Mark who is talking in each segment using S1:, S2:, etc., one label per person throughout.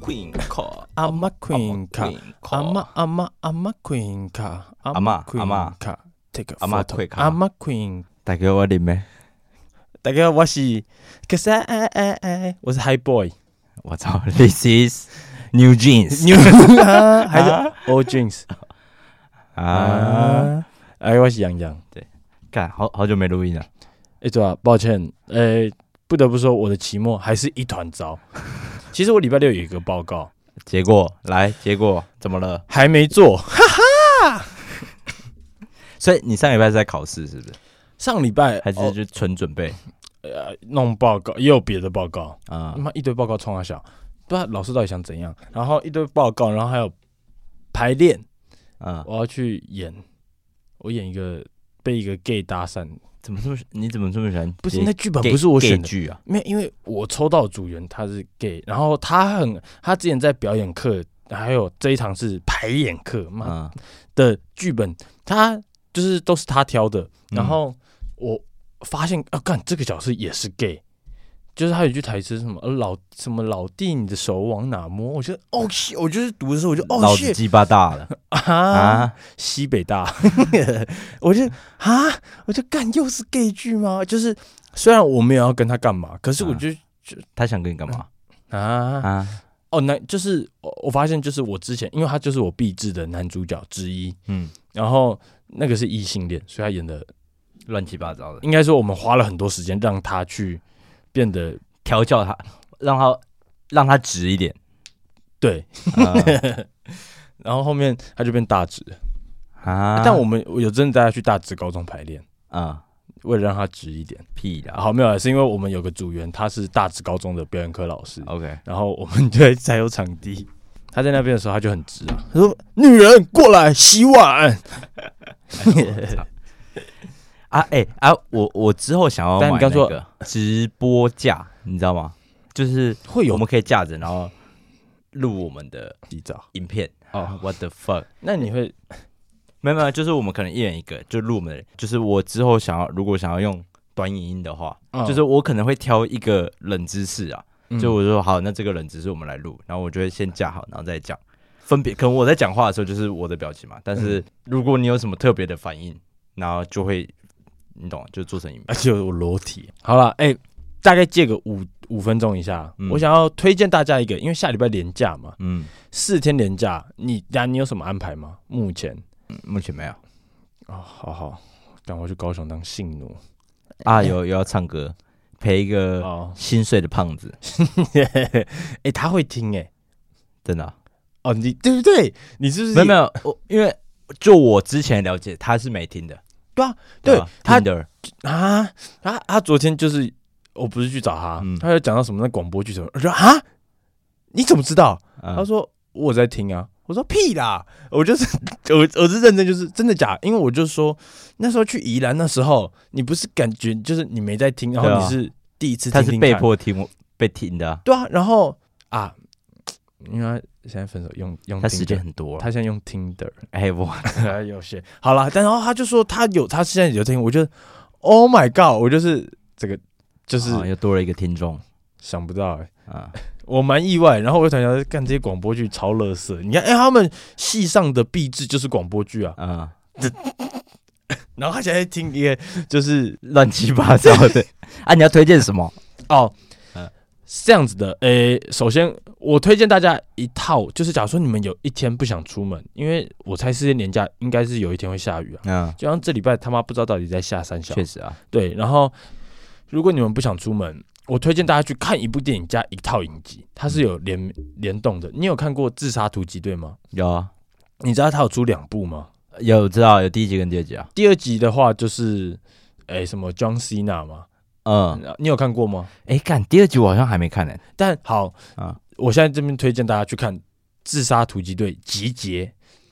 S1: Queen 卡，
S2: 阿妈 Queen 卡，
S1: 卡，
S2: 阿妈阿妈阿妈 Queen 卡，阿
S1: 嬷
S2: Queen 卡，take
S1: 阿嬷退卡
S2: 阿妈 Queen。
S1: 大家我啉咩？
S2: 大家好，我是可是爱哎爱爱爱，我是 High Boy，
S1: 我操，This is New Jeans
S2: 牛啊，还是 Old Jeans
S1: 啊！
S2: 啊？哎，我是杨洋。
S1: 干，好好久没录音了。
S2: 哎，对啊，抱歉，呃，不得不说，我的期末还是一团 糟。其实我礼拜六有一个报告
S1: 结果来，结果怎么了？
S2: 还没做，
S1: 所以你上礼拜是在考试是不是？
S2: 上礼拜
S1: 还是
S2: 哦
S1: 就纯准备
S2: 呃弄报告，也有别的报告，
S1: 啊
S2: 他？妈一堆报告冲啊小，不知道老师到底想怎样。然后一堆报告，然后还有排练，
S1: 啊？
S2: 我要去演，我演一个被一个 gay 搭讪，
S1: 怎么这么你怎么这么喜欢？
S2: 不是那剧本
S1: gay-
S2: 不是我
S1: gay
S2: 选的，
S1: 剧啊？
S2: 没有，因为我抽到的组员他是 gay，然后他很他之前在表演课，还有这一堂是排演课嘛
S1: 啊，
S2: 的剧本，他就是都是他挑的。
S1: 嗯
S2: 然后我发现啊，干这个角色也是 gay，就是他有一句台词什么呃老什么老弟，你的手往哪摸？我觉得哦，shit，我就是读的时候我就哦
S1: 嗯老子
S2: 谢
S1: 鸡巴大了
S2: 啊，
S1: 啊！
S2: 西北大， 我就啊，我就干又是 gay 剧吗？就是虽然我没有要跟他干嘛，可是我
S1: 啊
S2: 就。
S1: 他想跟你干嘛
S2: 啊
S1: 啊？
S2: 哦，那就是我我发现，就是我之前，因为他就是我必制的男主角之一，
S1: 嗯，
S2: 然后那个是异性恋，所以他演的
S1: 乱七八糟的，
S2: 应该说我们花了很多时间让他去变得
S1: 调教他，让他让他直一点。
S2: 对，
S1: 啊
S2: 然后后面他就变大直，
S1: 啊
S2: 但我们我有真的带他去大直高中排练，
S1: 啊
S2: 为了让他直一点。
S1: 屁的
S2: 好，没有啦，啊是因为我们有个组员他是大直高中的表演科老师，
S1: ，OK，
S2: 然后我们对才有场地。他在那边的时候，他就很直啊，他说：“女人过来洗碗。
S1: 啊哎、啊，我我之后想要买
S2: 但你刚
S1: 那
S2: 说
S1: 个直播架，你知道吗？就是”
S2: 会
S1: 我
S2: 有
S1: 们可以架着，然后录我们的
S2: 洗澡
S1: 影片。啊
S2: 哦？
S1: What the fuck？
S2: 那你会
S1: 没有没有，就是我们可能一人一个，就录我们的。就是我之后想要，如果想要用短影音的话，
S2: 嗯
S1: 就是我可能会挑一个冷知识啊，就
S2: 就
S1: 我说好，那这个冷知识我们来录，然后我就会先架好，然后再讲。分别可能我在讲话的时候就是我的表情嘛，但
S2: 嗯
S1: 是如果你有什么特别的反应，然后就会你懂，就做成影片
S2: 而且有裸体。好了，哎、大概借个五五分钟一下，
S1: 嗯
S2: 我想要推荐大家一个，因为下礼拜连假嘛，
S1: 嗯，
S2: 四天连假，你呀，你有什么安排吗？目前
S1: 目前没有
S2: 哦，好好，赶快去高雄当性奴。
S1: 啊，有有要唱歌，陪一个
S2: 哎哦，
S1: 心碎的胖子，
S2: 哎、他会听哎、
S1: 真的啊、啊
S2: 哦，你对不对？你是不是
S1: 没有没有，我因为就我之前了解他是没听的，
S2: 对啊对
S1: 他
S2: 他
S1: 的
S2: 啊？他他昨天就是，我不是去找他，
S1: 嗯
S2: 他就讲到什么那广播剧什么，我说啊，你怎么知道？他
S1: 他
S2: 说我有在听啊，我说屁啦，我就是 我我是认真，就是真的假，因为我就说那时候去宜兰那时候，你不是感觉就是你没在听，然
S1: 对
S2: 后
S1: 啊
S2: 你是第一次听
S1: 他
S2: 听
S1: 是
S2: 看
S1: 被迫听我被听的啊，
S2: 对啊，然后啊，因为他现在分手用用
S1: 他时间
S2: Tinder，
S1: 很多啊，
S2: 他现在用 Tinder，
S1: 哎我
S2: 有些好啦，但然后他就说他有他现在有听，我就 Oh my God，我就是这个就是
S1: 啊又多了一个听众
S2: 想不到哎、
S1: 啊，
S2: 我蛮意外，然后我就想要干这些广播剧超乐色。你看，哎、他们戏上的壁纸就是广播剧啊，
S1: 嗯，
S2: 然后他现在听一个就是
S1: 乱七八糟的 啊！你要推荐什么？
S2: 哦
S1: 嗯，
S2: 是这样子的。诶、首先我推荐大家一套，就是假如说你们有一天不想出门，因为我猜四天年假应该是有一天会下雨啊，
S1: 嗯，
S2: 就像这礼拜他妈不知道到底在下三小
S1: 确，实啊，
S2: 对。然后如果你们不想出门。我推荐大家去看一部电影加一套影集，它是有联联动的。你有看过《自杀突击队》吗？
S1: 有啊，
S2: 你知道它有出两部吗？
S1: 有知道有第一集跟第二集啊，
S2: 第二集的话就是，哎、什么 John Cena 嘛，
S1: 嗯，
S2: 你有看过吗？
S1: 哎，干第二集我好像还没看呢，
S2: 但好
S1: 啊
S2: 啊，我现在这边推荐大家去看《自杀突击队：集结》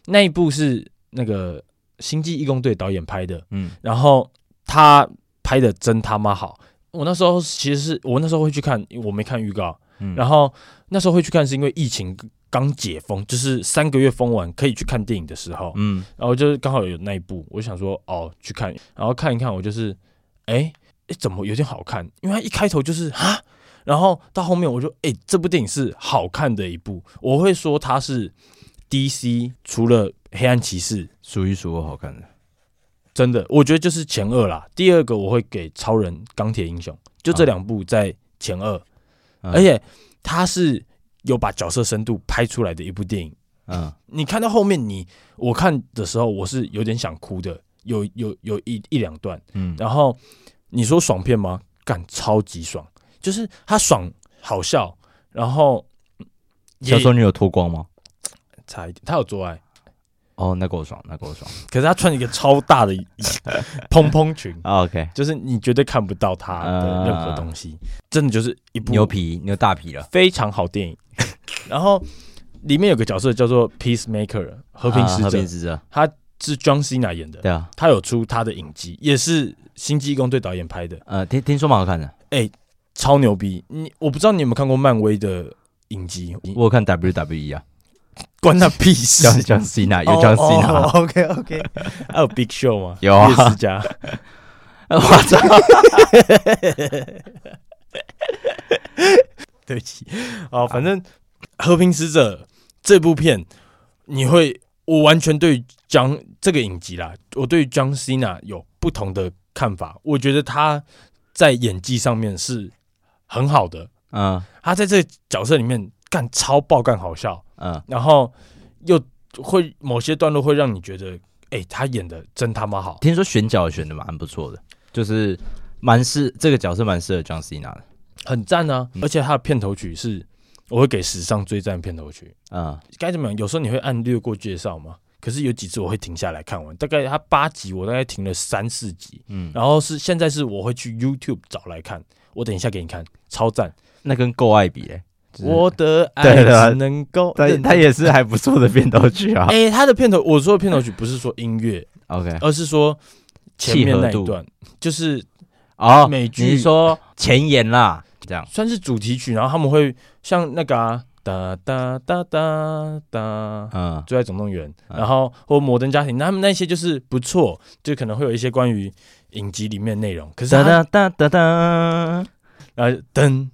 S2: 那一部是那个《星际义工队》导演拍的，
S1: 嗯
S2: 然后他拍的真他妈好。我那时候其实是我那时候会去看，因为我没看预告，
S1: 嗯
S2: 然后那时候会去看是因为疫情刚解封，就是三个月封完可以去看电影的时候，
S1: 嗯，
S2: 然后就是刚好有那一部，我就想说哦去看，然后看一看，我就是哎哎怎么有点好看，因为它一开头就是啊，然后到后面我就哎、这部电影是好看的一部，我会说它是 DC 除了黑暗骑士
S1: 数一数二好看的。
S2: 真的，我觉得就是前二啦。第二个我会给超人、钢铁英雄，就这两部在前二，
S1: 嗯
S2: 而且它是有把角色深度拍出来的一部电影。
S1: 嗯，
S2: 你看到后面你，我看的时候我是有点想哭的，有有有一一两段。
S1: 嗯
S2: 然后你说爽片吗？干，超级爽，就是它爽好笑，然后也
S1: 小时候你有脱光吗？
S2: 差一点，他有做爱，
S1: 哦，那够爽，那够爽。
S2: 可是他穿一个超大的蓬蓬裙，
S1: 啊 OK，
S2: 就是你绝对看不到他的任何东西，真的就是一部
S1: 牛皮牛大皮了，
S2: 非常好电影。然后里面有个角色叫做 Peacemaker 和平
S1: 啊
S2: 使
S1: 和
S2: 者
S1: 平，使者，
S2: 是 John Cena 演的，
S1: 对啊，
S2: 他有出他的影集，也是《星际异攻队》导演拍的，
S1: 呃，听听说蛮好看的，
S2: 超牛逼。你我不知道你有没有看过漫威的影集，
S1: 我有看 WWE 啊，哦
S2: 关他屁事哦
S1: 江江 c 娜 有江
S2: 江
S1: c 娜，
S2: OK OK，还有 Big Show 吗？
S1: 有啊
S2: 叶思佳，
S1: 我操，
S2: 对不起，
S1: 啊
S2: 哦，反正《和平使者》这部片，你会，我完全对江这个影集啦，我对江西娜有不同的看法。我觉得他在演技上面是很好的，
S1: 嗯
S2: 他在这个角色里面干超爆干好笑，
S1: 嗯，
S2: 然后又会某些段落会让你觉得，哎、他演的真他妈好。
S1: 听说选角也选的蛮不错的，就是蛮适这个角色蛮适合江 c 娜的，
S2: 很赞啊！
S1: 嗯
S2: 而且它的片头曲是，我会给史上最赞片头曲。
S1: 嗯
S2: 该怎么样？有时候你会按略过介绍嘛，可是有几次我会停下来看完，大概它八集，我大概停了三四集。
S1: 嗯，
S2: 然后是现在是我会去 YouTube 找来看，我等一下给你看，超赞！
S1: 那跟够爱比嘞，就是
S2: 我的爱
S1: 对了
S2: 只能够
S1: 他
S2: 认
S1: 他也是还不错的片头曲啊
S2: 哎，它的片头，我说的片头曲不是说音 乐，
S1: ，OK，
S2: 而是说前面那
S1: 契合
S2: 一
S1: 度
S2: 段，就是
S1: 哦，
S2: 美
S1: 你
S2: 剧
S1: 是说前言啦，这样，
S2: 算是主题曲，然后他们会像那个啊，哒哒哒哒哒，
S1: 嗯
S2: 最爱总动员，
S1: 嗯
S2: 然后或摩登家庭，那他们那些就是不错，就可能会有一些关于影集里面内容。可是
S1: 哒
S2: 他
S1: 哒哒哒哒，
S2: 呃噔，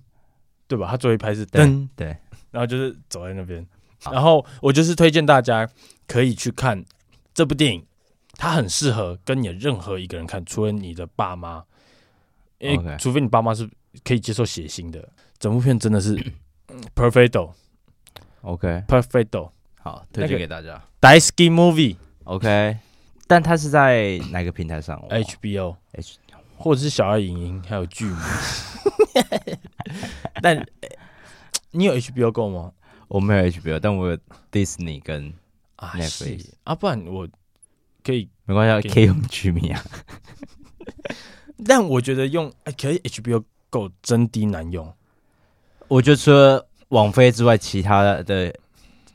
S2: 对吧？他最后一拍是
S1: 对
S2: 噔，
S1: 对，
S2: 然后就是走在那边。
S1: 好
S2: 然后我就是推荐大家可以去看这部电影，它很适合跟你的任何一个人看，除了你的爸妈，因为
S1: OK 嗯
S2: 除非你爸妈是可以接受血腥的。整部片真的 是 perfecto
S1: OK，
S2: perfecto
S1: 好，推
S2: 那
S1: 荐
S2: 个
S1: 给大家
S2: Daisky Movie
S1: ，OK，但他是在哪个平台上我忘了
S2: HBO。
S1: H
S2: 或者是小爱影音，还有剧 嘛。但呃你有 HBO 够吗？
S1: 我没有 HBO，但我有 Disney 跟
S2: 啊
S1: Netflix
S2: 是啊，不然我可以，
S1: 没关系
S2: 给
S1: ，K 用居民啊。
S2: 但我觉得用哎，可以 HBO 够真的难用。
S1: 我觉得除了网飞之外，其他的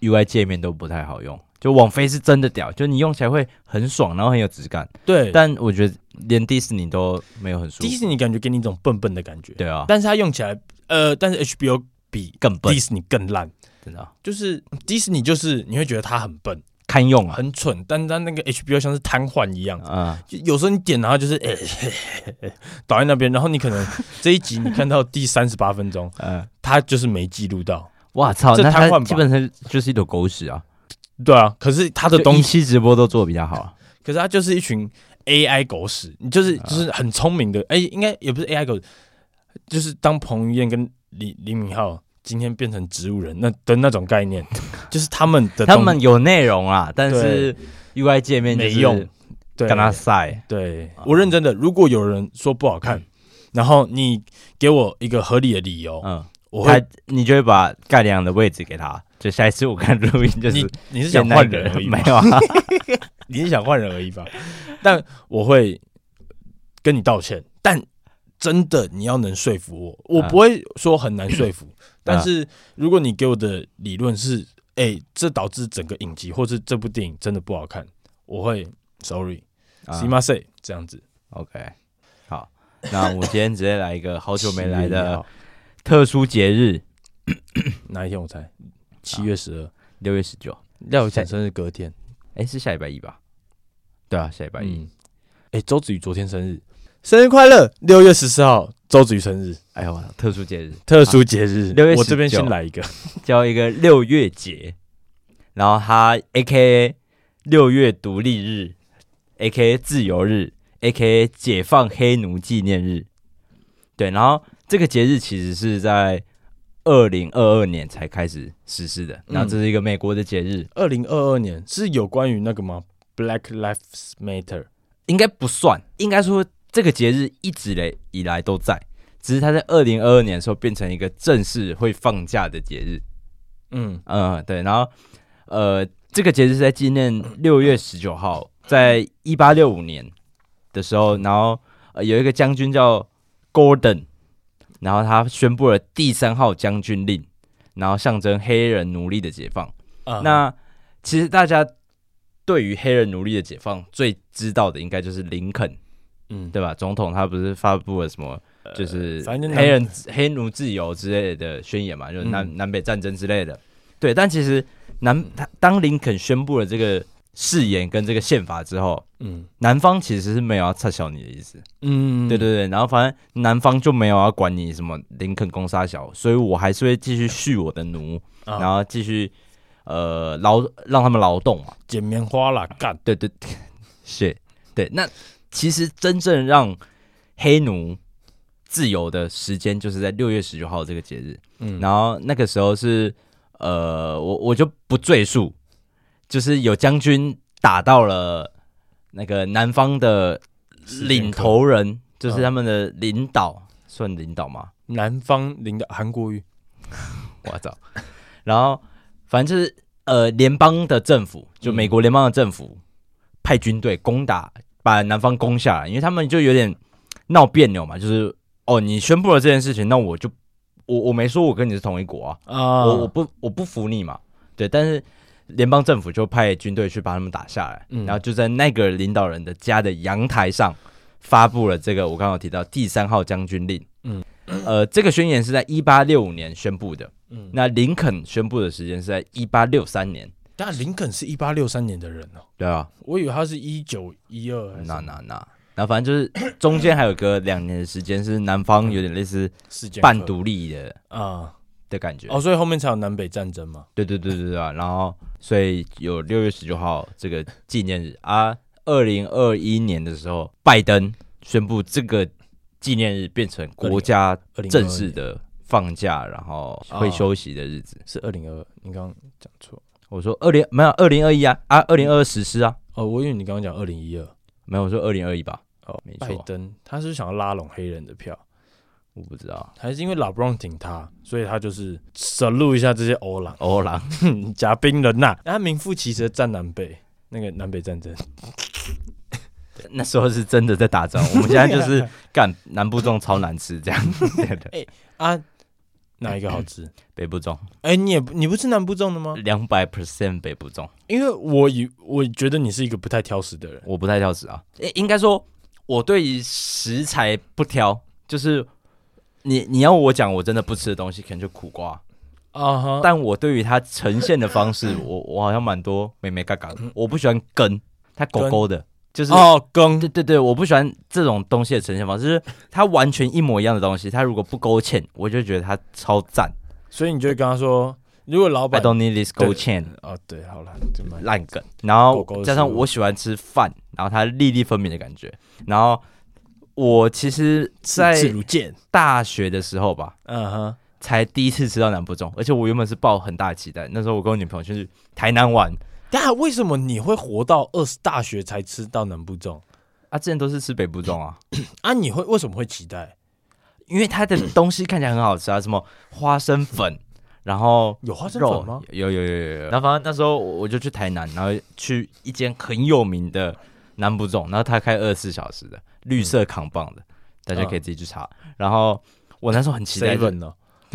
S1: UI 界面都不太好用。就网飞是真的屌，就你用起来会很爽，然后很有质感。
S2: 对，
S1: 但我觉得连迪士尼都没有很舒服。
S2: 迪士尼感觉给你一种笨笨的感觉，
S1: 对啊，
S2: 但是它用起来，呃，但是 HBO 比
S1: 更笨
S2: 迪，士尼更烂，
S1: 真的啊
S2: 就是迪士尼就是你会觉得它很笨、
S1: 堪用啊。
S2: 很蠢，但它那个 HBO 像是瘫痪一样，
S1: 啊，
S2: 就有时候你点，然后就是 哎、嘿嘿嘿倒在那边，然后你 可能这一集你看到第三十八分钟，
S1: 嗯，
S2: 他就是没记录到。
S1: 哇操，
S2: 这
S1: 那
S2: 瘫痪
S1: 他
S2: 吧
S1: 基本上就是一坨狗屎啊！
S2: 对啊，可是他的
S1: 就
S2: 东
S1: 一
S2: 西，
S1: 期直播都做的比较好啊。
S2: 可是他就是一群 AI 狗屎，你就是
S1: 啊
S2: 就是很聪明的，哎、应该也不是 AI 狗屎，就是当彭于晏跟李李敏镐今天变成植物人那的那种概 念，就是他们的
S1: 他
S2: 东
S1: 们有内容啊，但是 UI 界面就是
S2: 没用，对
S1: 跟他啊赛。
S2: 对我认真的，如果有人说不好看，然后你给我一个合理的理由，
S1: 嗯，
S2: 我会
S1: 他你就会把盖良的位置给他，就下一次我看录音就是
S2: 你你是想换人而已吧
S1: 没？有啊？
S2: 你是想换人而已吧？但我会跟你道歉，但真的你要能说服我，我
S1: 啊
S2: 不会说很难说服。但是如果你给我的理论是，哎、这导致整个影集或是这部电影真的不好看，我会 sorry，s i m a say 这样子。
S1: 啊 OK，好，那我今天直接来一个好久没来的特殊节日，
S2: 哪一天我猜？七月十二，
S1: 六月十九，
S2: 廖宇辰生日隔天，
S1: 哎，是下礼拜一吧？
S2: 嗯
S1: 对啊，下礼拜一。
S2: 嗯，哎、周子瑜昨天生日，生日快乐！六月十四号周子瑜生日，
S1: 哎呦，特殊节日，
S2: 特殊节日，
S1: 啊6月
S2: 我这边先
S1: 19
S2: 来一个，
S1: 叫一个六月节，然后他 A K A 六月独立日，A K A 自由日，A K A 解放黑奴纪念日。对，然后这个节日其实是在二零二二年才开始实施的，然后这是一个美国的节日，
S2: 二零二二年是有关于那个吗？Black Lives Matter，
S1: 应该不算，应该说这个节日一直来以来都在，只是它在二零二二年的时候变成一个正式会放假的节日。
S2: 嗯
S1: 嗯，对，然后呃，这个节日是在纪念六月十九号，在一八六五年的时候，然后、呃、有一个将军叫 Gordon，然后他宣布了第三号将军令，然后象征黑人奴隶的解放。
S2: 啊
S1: 那其实大家对于黑人奴隶的解放最知道的，应该就是林肯，
S2: 嗯，呃
S1: 对吧？总统他不是发布了什么？就是
S2: 反正
S1: 黑人黑奴自 由之类的宣言嘛，就是南、
S2: 嗯
S1: 南北战争之类的。对，但其实南他当林肯宣布了这个誓言跟这个宪法之后，
S2: 嗯
S1: 南方其实是没有要撤销你的意思。
S2: 嗯，
S1: 对对对，然后反正南方就没有要管你什么林肯攻杀小，所以我还是会继续蓄我的奴，
S2: 啊
S1: 然后继续呃劳让他们劳动嘛。
S2: 剪棉花啦，干，
S1: 对 对对，是，对。那其实真正让黑奴自由的时间，就是在六月十九号这个节日。
S2: 嗯
S1: 然后那个时候是，呃，我我就不赘述，就是有将军打到了那个南方的
S2: 斯琴
S1: 领
S2: 克
S1: 头人，就是
S2: 嗯
S1: 他们的领导，算领导吗？
S2: 南方领导韩国瑜，
S1: 我操！然后反正就是呃，联邦的政府，就美国联邦的政府、派军队攻打，把南方攻下来，因为他们就有点闹别扭嘛，就是哦，你宣布了这件事情，那我就我我没说我跟你是同一国啊，
S2: 啊
S1: 我我不我不服你嘛，对，但是。联邦政府就派军队去把他们打下来，
S2: 嗯
S1: 然后就在那个领导人的家的阳台上发布了这个我刚刚有提到第三号将军令。
S2: 嗯
S1: 嗯，呃，这个宣言是在一八六五年宣布的，
S2: 嗯，
S1: 那林肯宣布的时间是在一八六三年，
S2: 但林肯是一八六三年的人哦，
S1: 对啊，
S2: 我以为他是一九一二，
S1: 那那那，然后反正就是中间还有个两年的时间是南方有点类似
S2: 事件
S1: 半独立的
S2: 啊，
S1: 的感觉，
S2: 哦，所以后面才有南北战争嘛，
S1: 对对对对对啊，然后所以有六月十九号这个纪念日啊，二零二一年的时候，拜登宣布这个纪念日变成国家
S2: 二零
S1: 正式的放假，然后
S2: 哦
S1: 会休息的日子。
S2: 是二零二，你刚刚讲错
S1: 我说二零没有二零二一啊啊，二零二实施啊，
S2: 哦，我以为你刚刚讲二零一二。
S1: 没有我说二零二一吧，
S2: 哦
S1: 没，错
S2: 拜登他是想要拉拢黑人的票，
S1: 我不知道。
S2: 还是因为老布朗挺他，所以他就是 salute 一下这些欧朗
S1: 欧郎，
S2: 夹兵人呐、他名副其实的战南北那个南北战争。
S1: 那时候是真的在打仗，我们现在就是 干南部粽超难吃，这样对的，
S2: 啊，哪一个好吃？
S1: 北部粽
S2: 哎、你也不你不是南部粽的吗？
S1: 两百 percent 北部粽，
S2: 因为我以我觉得你是一个不太挑食的人。
S1: 我不太挑食啊，诶应该说我对于食材不挑，就是你你要我讲我真的不吃的东西，可能就苦瓜，
S2: 啊哈但
S1: 但我对于它呈现的方式，我我好像蛮多美美嘎嘎的，我不喜欢根，它狗狗的，就是。
S2: 哦，羹
S1: 对对对，我不喜欢这种东西的呈现方式，就是它完全一模一样的东西，它如果不勾芡，我就觉得它超赞。所
S2: 所以你就会跟他说，如果老
S1: I
S2: 板
S1: don't need this gold
S2: 对
S1: chain，
S2: 哦，对，好了，就买
S1: 烂梗。然
S2: 狗
S1: 后
S2: 狗的
S1: 加
S2: 食
S1: 上
S2: 物
S1: 我喜欢吃饭，然后它粒粒分明的感觉。然后我其实，在
S2: 自如见。
S1: 大学的时候吧，
S2: 嗯哼，
S1: 才第一次吃到南部粽，而且我原本是抱很大的期待。那时候我跟我女朋友去台南玩
S2: 但为什么你会活到二十大学才吃到南部粽
S1: 啊，之前都是吃北部粽啊，
S2: 啊？你会为什么会期待？
S1: 因为它的东西看起来很好吃啊，什么花生粉，然后
S2: 有花生
S1: 肉
S2: 粉吗？？
S1: 有有有有有。然后反正那时候我我就去台南，然后去一间很有名的南部粽，然后他开二十四小时的绿色扛棒
S2: 嗯
S1: 的，大家可以自己去查。然后我那时候很期待就，
S2: seven 哦呢？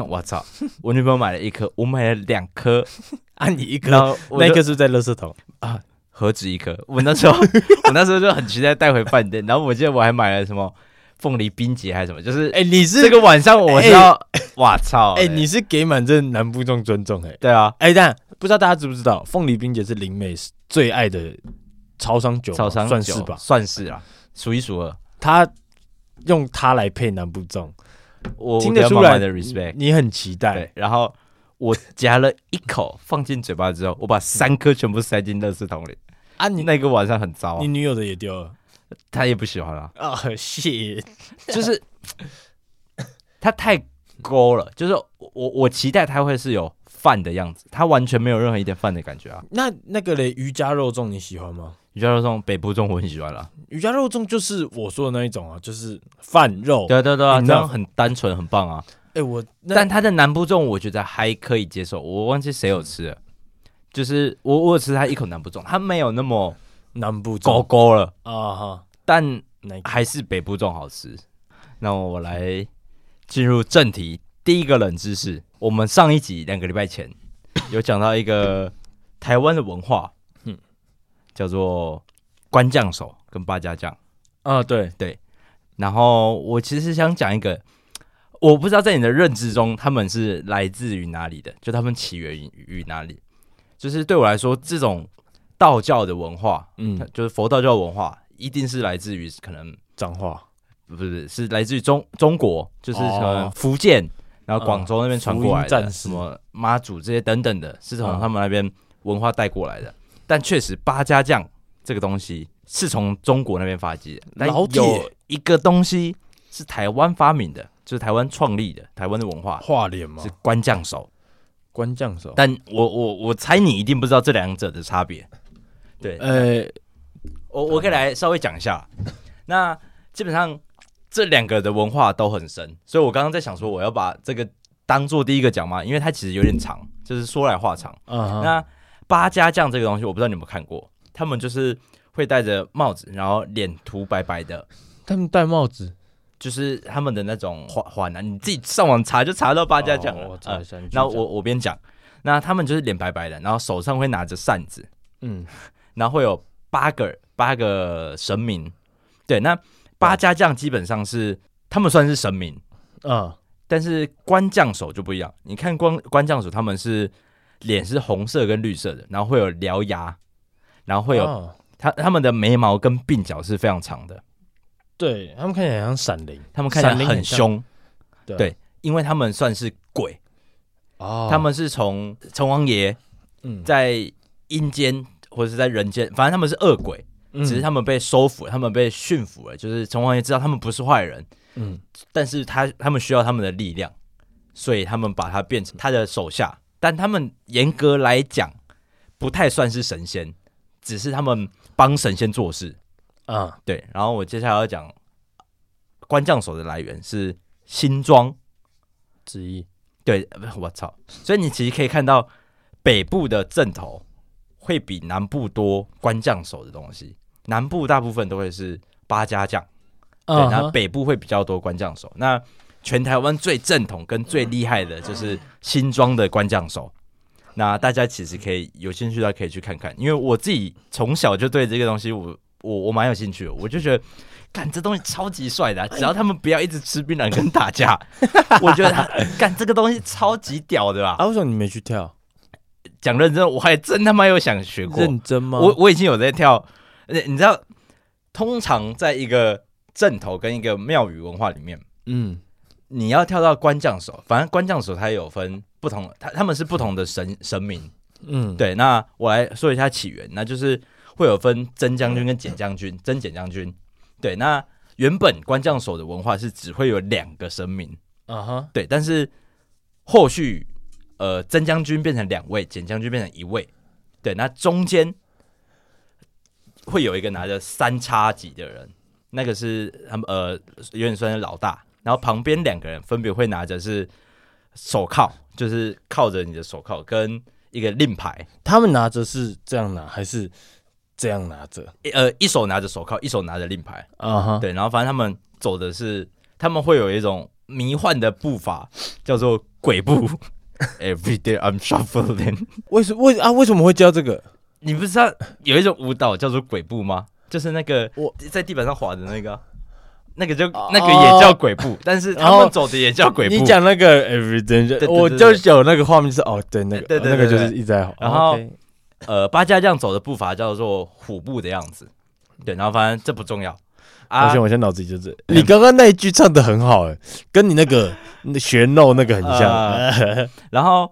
S1: 我操，我女朋友买了一颗，我买了两颗，
S2: 啊，你一
S1: 然后我
S2: 那
S1: 就
S2: 个是不是在垃圾桶，
S1: 何止一颗，我那时候 我那时候就很期待带回饭店，然后我记得我还买了什么凤梨冰结还是什么，就是欸
S2: 哎，你是
S1: 这个晚上我是要，我操，欸
S2: 哎，你是给满这南部粽尊重哎
S1: 对啊，
S2: 哎，但不知道大家知不知道，凤梨冰姐是林美最爱的超商酒吗，
S1: 超商
S2: 算
S1: 酒
S2: 是吧？
S1: 啊算是啦，数一数二。
S2: 她用它来配南部粽，
S1: 我
S2: 听
S1: 我
S2: 得
S1: 给他
S2: 出
S1: 满
S2: 来
S1: 满的 respect。
S2: 你哎很期待
S1: 对，然后我夹了一口放进嘴巴之后，我把三颗全部塞进垃圾桶里。
S2: 啊你？
S1: 那个晚上很糟、
S2: 你
S1: 啊，
S2: 女友的也丢 了
S1: 他也不喜欢 了、
S2: 啊？谢，
S1: 就是他太勾了，就是我我我期待他会是有饭的样子，他完全没有任何一点饭的感觉啊。
S2: 那那个嘞，瑜伽肉粽你喜欢吗？
S1: 你知道这种北部粽我很喜欢啦，
S2: 瑜伽肉粽就是我说的那一种啊，就是饭肉。
S1: 对啊对啊对啊，
S2: Enough
S1: 这样很单纯，很棒啊。
S2: 哎，我那
S1: 但他的南部粽我觉得还可以接受，我忘记谁有吃了，就是我我有吃他一口南部粽，他没有那么
S2: 南部
S1: 勾
S2: 粽
S1: 勾了，
S2: 啊哈，
S1: 但
S2: 那个
S1: 还是北部粽好吃。那我来进入正题，第一个冷知识，我们上一集两个礼拜前有讲到一个台湾的文化，
S2: 嗯
S1: 叫做官将手跟八家将。
S2: 啊对，
S1: 然后我其实想讲一个，我不知道在你的认知中，他们是来自于哪里的，就他们起源于于哪里。就是对我来说，这种道教的文化，
S2: 嗯，
S1: 就是佛道教文化，一定是来自于可能
S2: 脏话
S1: 不是，是来自于中中国，就是
S2: 哦嗯
S1: 可能福建，然后广州那边传过来
S2: 福音
S1: 的，
S2: 战士
S1: 什么妈祖这些等等的，是从
S2: 嗯
S1: 他们那边文化带过来的。但确实八家将这个东西是从中国那边发迹的，但
S2: 老铁
S1: 有一个东西是台湾发明的，就是台湾创立的，台湾的文化
S2: 画脸嘛
S1: 是，官将手。
S2: 官将手。
S1: 但我我我猜你一定不知道这两者的差别。对，
S2: 呃，
S1: 我我可以来稍微讲一 下。那基本上这两个的文化都很深，所以我刚刚在想说，我要把这个当做第一个讲嘛，因为它其实有点长，就是说来话长。
S2: 啊哈，
S1: 那八家将这个东西，我不知道你有没有看过，他们就是会戴着帽子，然后脸涂白白的，
S2: 他们戴帽子，
S1: 就是他们的那种环环啊，你自己上网查就查到八家将了。
S2: 哦我
S1: 呃
S2: 查一下。你继续
S1: 那
S2: 讲
S1: 我我边讲，那他们就是脸白白的，然后手上会拿着扇子，
S2: 嗯
S1: 然后会有八个八个神明，对，那八家将基本上是他们算是神明，
S2: 啊
S1: 但是官将手就不一样。你看官官将手他们是脸是红色跟绿色的，然后会有獠牙，然后会有、
S2: 啊
S1: 他他们的眉毛跟鬓角是非常长的，
S2: 对他们看起来像闪灵，
S1: 他们看
S2: 闪
S1: 起
S2: 灵
S1: 来
S2: 很
S1: 很
S2: 像
S1: 凶，
S2: 对
S1: 对因为他们算是鬼，
S2: 哦
S1: 他们是从城隍爷
S2: 嗯
S1: 在阴间或者是在人间，反正他们是恶鬼。
S2: 嗯
S1: 只是他们被收服了，他们被驯服了，就是城隍爷知道他们不是坏人，
S2: 嗯
S1: 但是他他们需要他们的力量，所以他们把他变成他的手下。但他们严格来讲，不太算是神仙，只是他们帮神仙做事。
S2: 嗯啊
S1: 对，然后我接下来要讲官将手的来源是新庄。
S2: 之一
S1: 对， 呃我操！所以你其实可以看到北部的阵头会比南部多官将手的东西，南部大部分都会是八家将，对，
S2: 啊
S1: 然后
S2: 哈
S1: 北部会比较多官将手。那全台湾最正统跟最厉害的就是新庄的官将手。那大家其实可以有兴趣的话可以去看看，因为我自己从小就对这个东西我我我蛮有兴趣的，我就觉得，干这东西超级帅 的啊、只要他们不要一直吃槟榔跟打架， 我觉得他干这个东西超级屌的吧。
S2: 啊，为什么你没去跳？
S1: 讲认真，我还真他妈有想学过，
S2: 认真吗？
S1: 我我已经有在跳，而且你知道，通常在一个阵头跟一个庙宇文化里面，
S2: 嗯
S1: 你要跳到官将手，反正官将手它有分不同，它他们是不同的神神明。
S2: 嗯
S1: 对，那我来说一下起源，那就是会有分真将军跟简将军，真简将军。对，那原本官将手的文化是只会有两个神明，
S2: 啊哈
S1: 对，但是后续呃真将军变成两位，简将军变成一位，对，那中间会有一个拿着三叉戟的人，那个是他们呃有点算是老大，然后旁边两个人分别会拿着是手铐，就是靠着你的手铐跟一个令牌，
S2: 他们拿着是这样拿还是这样拿着？
S1: 一呃一手拿着手铐，一手拿着令牌，
S2: 啊哈，
S1: 对，然后反正他们走的是，他们会有一种迷幻的步伐，叫做鬼 步。Every day I'm shuffling 。
S2: 为什为啊为什么会教这个？
S1: 你不知道有一种舞蹈叫做鬼步吗？就是那个
S2: 我
S1: 在地板上滑的那个，啊那个就
S2: 哦
S1: 那个也叫鬼步，但是他们走的也叫鬼步。
S2: 你讲那个 everything，
S1: 对对
S2: 就我
S1: 对
S2: 就有那个画面是哦，对，那个
S1: 对对
S2: 那个
S1: 对
S2: 就是一直在吼，
S1: 然后
S2: 哦，OK
S1: 呃，八家将走的步伐叫做虎步的样子。对，然后反正这不重要。
S2: 抱
S1: 啊嗯
S2: 歉，，我现在脑子里就这。你刚刚那一句唱的很好，哎，跟你那个那学肉那个很
S1: 啊
S2: 像。
S1: 然后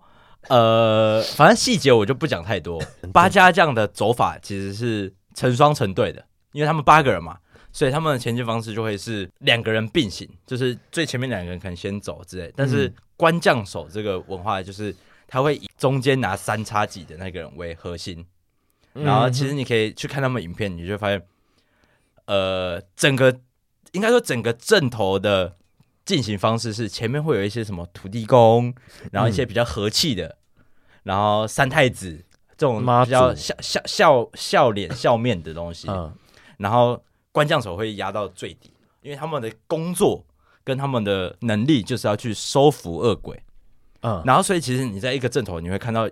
S1: 呃，反正细节我就不讲太多。八家将的走法其实是成双成对的，因为他们八个人嘛，所以他们的前进方式就会是两个人并行，就是最前面两个人可能先走之类。但是官将手这个文化就是。他会以中间拿三叉戟的那个人为核心，
S2: 嗯
S1: 然后其实你可以去看他们影片，你就会发现，呃，整个应该说整个阵头的进行方式是前面会有一些什么土地公，然后一些比较和气的，然后三太子这种
S2: 妈
S1: 比较
S2: 祖
S1: 笑笑笑笑脸 笑面的东西，
S2: 嗯，
S1: 然后官将手会压到最低，因为他们的工作跟他们的能力就是要去收服恶鬼。
S2: 嗯
S1: 然后所以其实你在一个阵头，你会看到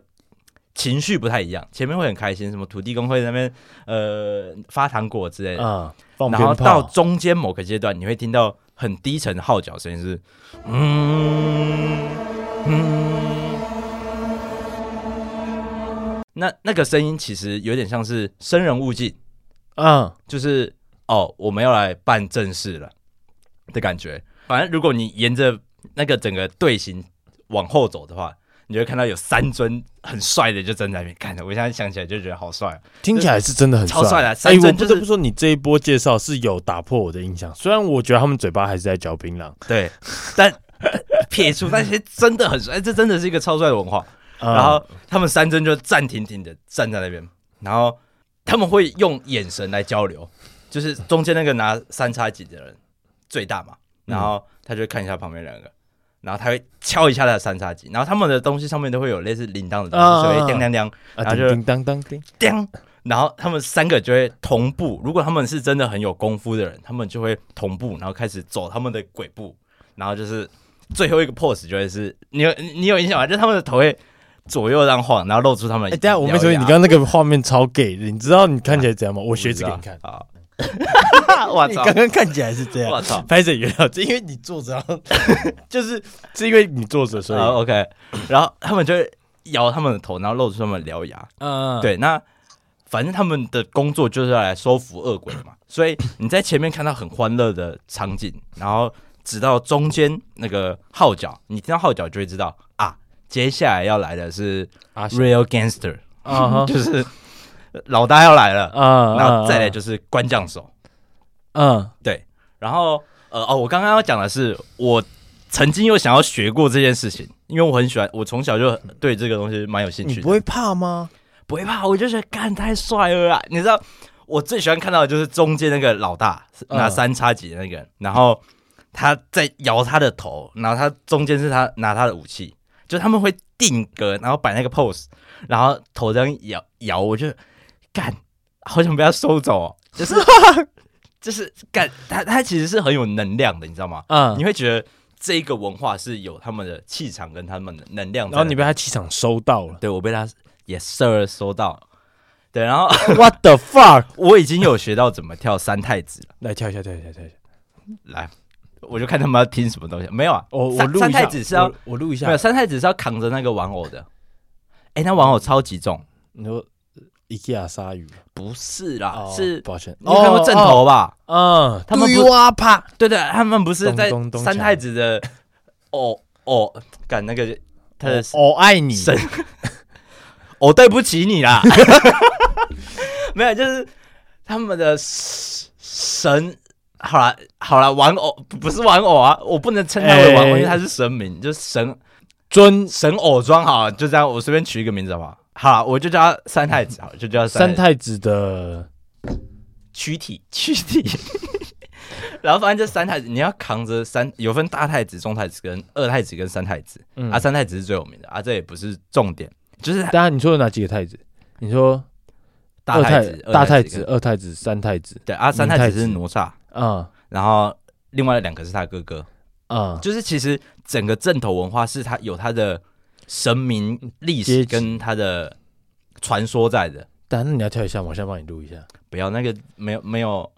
S1: 情绪不太一样，前面会很开心，什么土地公会在那边呃发糖果之类的，
S2: 嗯，放
S1: 然后
S2: 鞭
S1: 到
S2: 炮，
S1: 中间某个阶段，你会听到很低沉的号角声，就是嗯嗯。那那个声音其实有点像是生人勿近，
S2: 嗯
S1: 就是哦，我们要来办正事了的感觉。反正如果你沿着那个整个队形往后走的话，你就会看到有三尊很帅的就站在那边看着。我现在想起来就觉得好帅啊，
S2: 听起来是真的很
S1: 超帅的
S2: 哎
S1: 三，
S2: 我
S1: 尊
S2: 不
S1: 就是
S2: 得不说，你这一波介绍是有打破我的印象。虽然我觉得他们嘴巴还是在嚼槟榔，
S1: 对。但 撇除那些真的很帅，这真的是一个超帅的文化。
S2: 嗯
S1: 然后他们三尊就站挺挺的站在那边，然后他们会用眼神来交流，就是中间那个拿三叉戟的人最大嘛，然后他就会看一下旁边两个，然后他会敲一下他的三叉戟，然后他们的东西上面都会有类似铃铛的东
S2: 啊
S1: 西，所以叮叮叮
S2: 啊，
S1: 然后
S2: 叮
S1: 就
S2: 叮当当叮，
S1: 叮，然后他们三个就会同步，如果他们是真的很有功夫的人，他们就会同步，然后开始走他们的鬼步，然后就是最后一个 pose 就会是你有你有印象吗？就是他们的头会左右这样晃，然后露出他们
S2: 哎，
S1: 的
S2: 等一
S1: 獠牙。
S2: 下我没说你，你刚刚那个画面超 gay，的你知道你看起来怎样吗？我
S1: 我
S2: 学这个你看，
S1: 啊！ 我
S2: 你
S1: 操！
S2: 刚刚看起来是这
S1: 我
S2: 样。
S1: 操！
S2: 拍着原谅，这因为你坐着，就是是因为你坐着，所以
S1: 啊，OK，然后他们就会摇他们的头，然后露出他们的獠牙。
S2: 嗯，
S1: 对，那反正他们的工作就是要来收服恶鬼的嘛，所以你在前面看到很欢乐的场景，然后直到中间那个号角，你听到号角就会知道啊，接下来要来的是
S2: 啊
S1: real gangster，、
S2: 啊 哈
S1: 就是老大要来了，
S2: 啊
S1: 然后再来就是官将手，
S2: 嗯
S1: 对，然后呃哦，我刚刚要讲的是，我曾经有想要学过这件事情，因为我很喜欢，我从小就对这个东西蛮有兴趣
S2: 你
S1: 的
S2: 不。会怕吗？
S1: 不会怕，我就觉得干太帅了啊！你知道我最喜欢看到的就是中间那个老大
S2: 嗯
S1: 拿三叉戟的那个人，然后他在摇他的头，然后他中间是他拿他的武器，就他们会定格，然后摆那个 pose，然后头这样摇摇，我就干，好想被他收走、哦，就是 就是干他他其实是很有能量的，你知道吗？
S2: 嗯
S1: 你，会觉得这一个文化是有他们的气场跟他们的能量在的，
S2: 然后你被他气场收到了
S1: 对我被他也 sir 收到，对，然后
S2: ，What the fuck？
S1: 我已经有学到怎么跳三太子了，
S2: 来跳一下，跳一下，跳一下。
S1: 来，我就看他们要听什么东西，没有啊，
S2: 我我
S1: 三
S2: 录
S1: 三
S2: 一
S1: 太
S2: 下，
S1: 子是要
S2: 我我录一
S1: 没
S2: 下
S1: 有。三太子是要扛着那个玩偶的，哎，那玩偶超级重，
S2: 你说呃 IKEA 鲨鱼
S1: 不是啦，
S2: 哦
S1: 是
S2: 抱歉，
S1: 你有看过正头吧？
S2: 哦？嗯，
S1: 他们不
S2: 哇啪，
S1: 对对，他们不是在
S2: 咚咚咚锵呃
S1: 三太子的哦哦，赶那个他的
S2: 我爱你。
S1: 神，我哦对不起你 啦。没有，就是他们的神，好啦好啦，玩偶不不是玩偶啊，我不能称他为玩偶，因
S2: 哎
S1: 为他是神明，就是神
S2: 尊
S1: 神偶装好了，就这样，我随便取一个名字好不好？好啦，我就叫他三太子，好了，就叫他
S2: 三
S1: 三
S2: 太子的
S1: 躯体躯体。然后反正就三太子，你要扛着三，有分大太子、中太子跟二太子跟三太子、
S2: 嗯
S1: 啊，三太子是最有名的啊，这也不是重点，就是
S2: 当然，你说有哪几个太子？你说
S1: 大
S2: 二
S1: 太
S2: 太
S1: 子、二
S2: 大太
S1: 太
S2: 子、
S1: 跟
S2: 二太子、三太子，
S1: 对啊，三
S2: 明
S1: 太
S2: 太
S1: 子是
S2: 子
S1: 哪吒，
S2: 嗯
S1: 然后另外两个是他哥哥。
S2: 嗯，
S1: 就是其实整个正统文化是他有他的神明历
S2: 阶
S1: 史
S2: 级
S1: 跟他的传说在的。
S2: 但那你要跳一下吗，我现在帮你录一下。
S1: 不要那个没有没有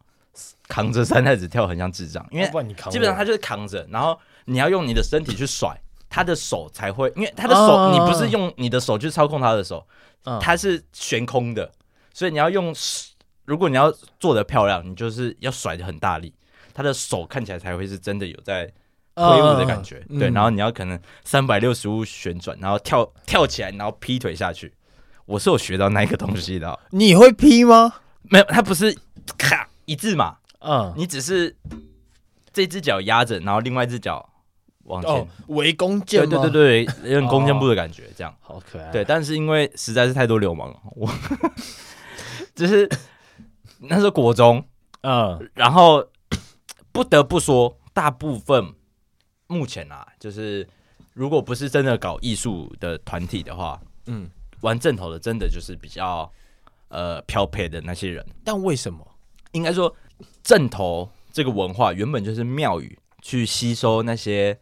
S1: 扛着三太子跳，很像智障，因为
S2: 哦不然你扛我
S1: 基本上他就是扛着，然后你要用你的身体去 甩。他的手才会，因为他的手，
S2: 哦
S1: 你不是用你的手去操控他的手，
S2: 嗯
S1: 他是悬空的，所以你要用手如果你要做的漂亮，你就是要甩的很大力，他的手看起来才会是真的有在挥舞的感觉。
S2: 嗯
S1: 对，然后你要可能三百六十度旋转，然后跳跳起来，然后劈腿下去。我是有学到那一个东西的哦，
S2: 你会劈吗？
S1: 没有，它不是咔一字马，
S2: 嗯，
S1: 你只是这只脚压着，然后另外一只脚往前。
S2: 哦，围弓箭
S1: 对
S2: 吗？哦哎
S1: 对对对， 有点弓箭步的感觉，这样。
S2: 好可爱。
S1: 对，，但是因为实在是太多流氓了，我就是那是国中，
S2: 嗯
S1: 然后不得不说，大部分目前啊，就是如果不是真的搞艺术的团体的话，
S2: 嗯，
S1: 玩正头的真的就是比较呃漂配的那些人，
S2: 但为什么？
S1: 应该说正头这个文化原本就是庙宇去吸收那些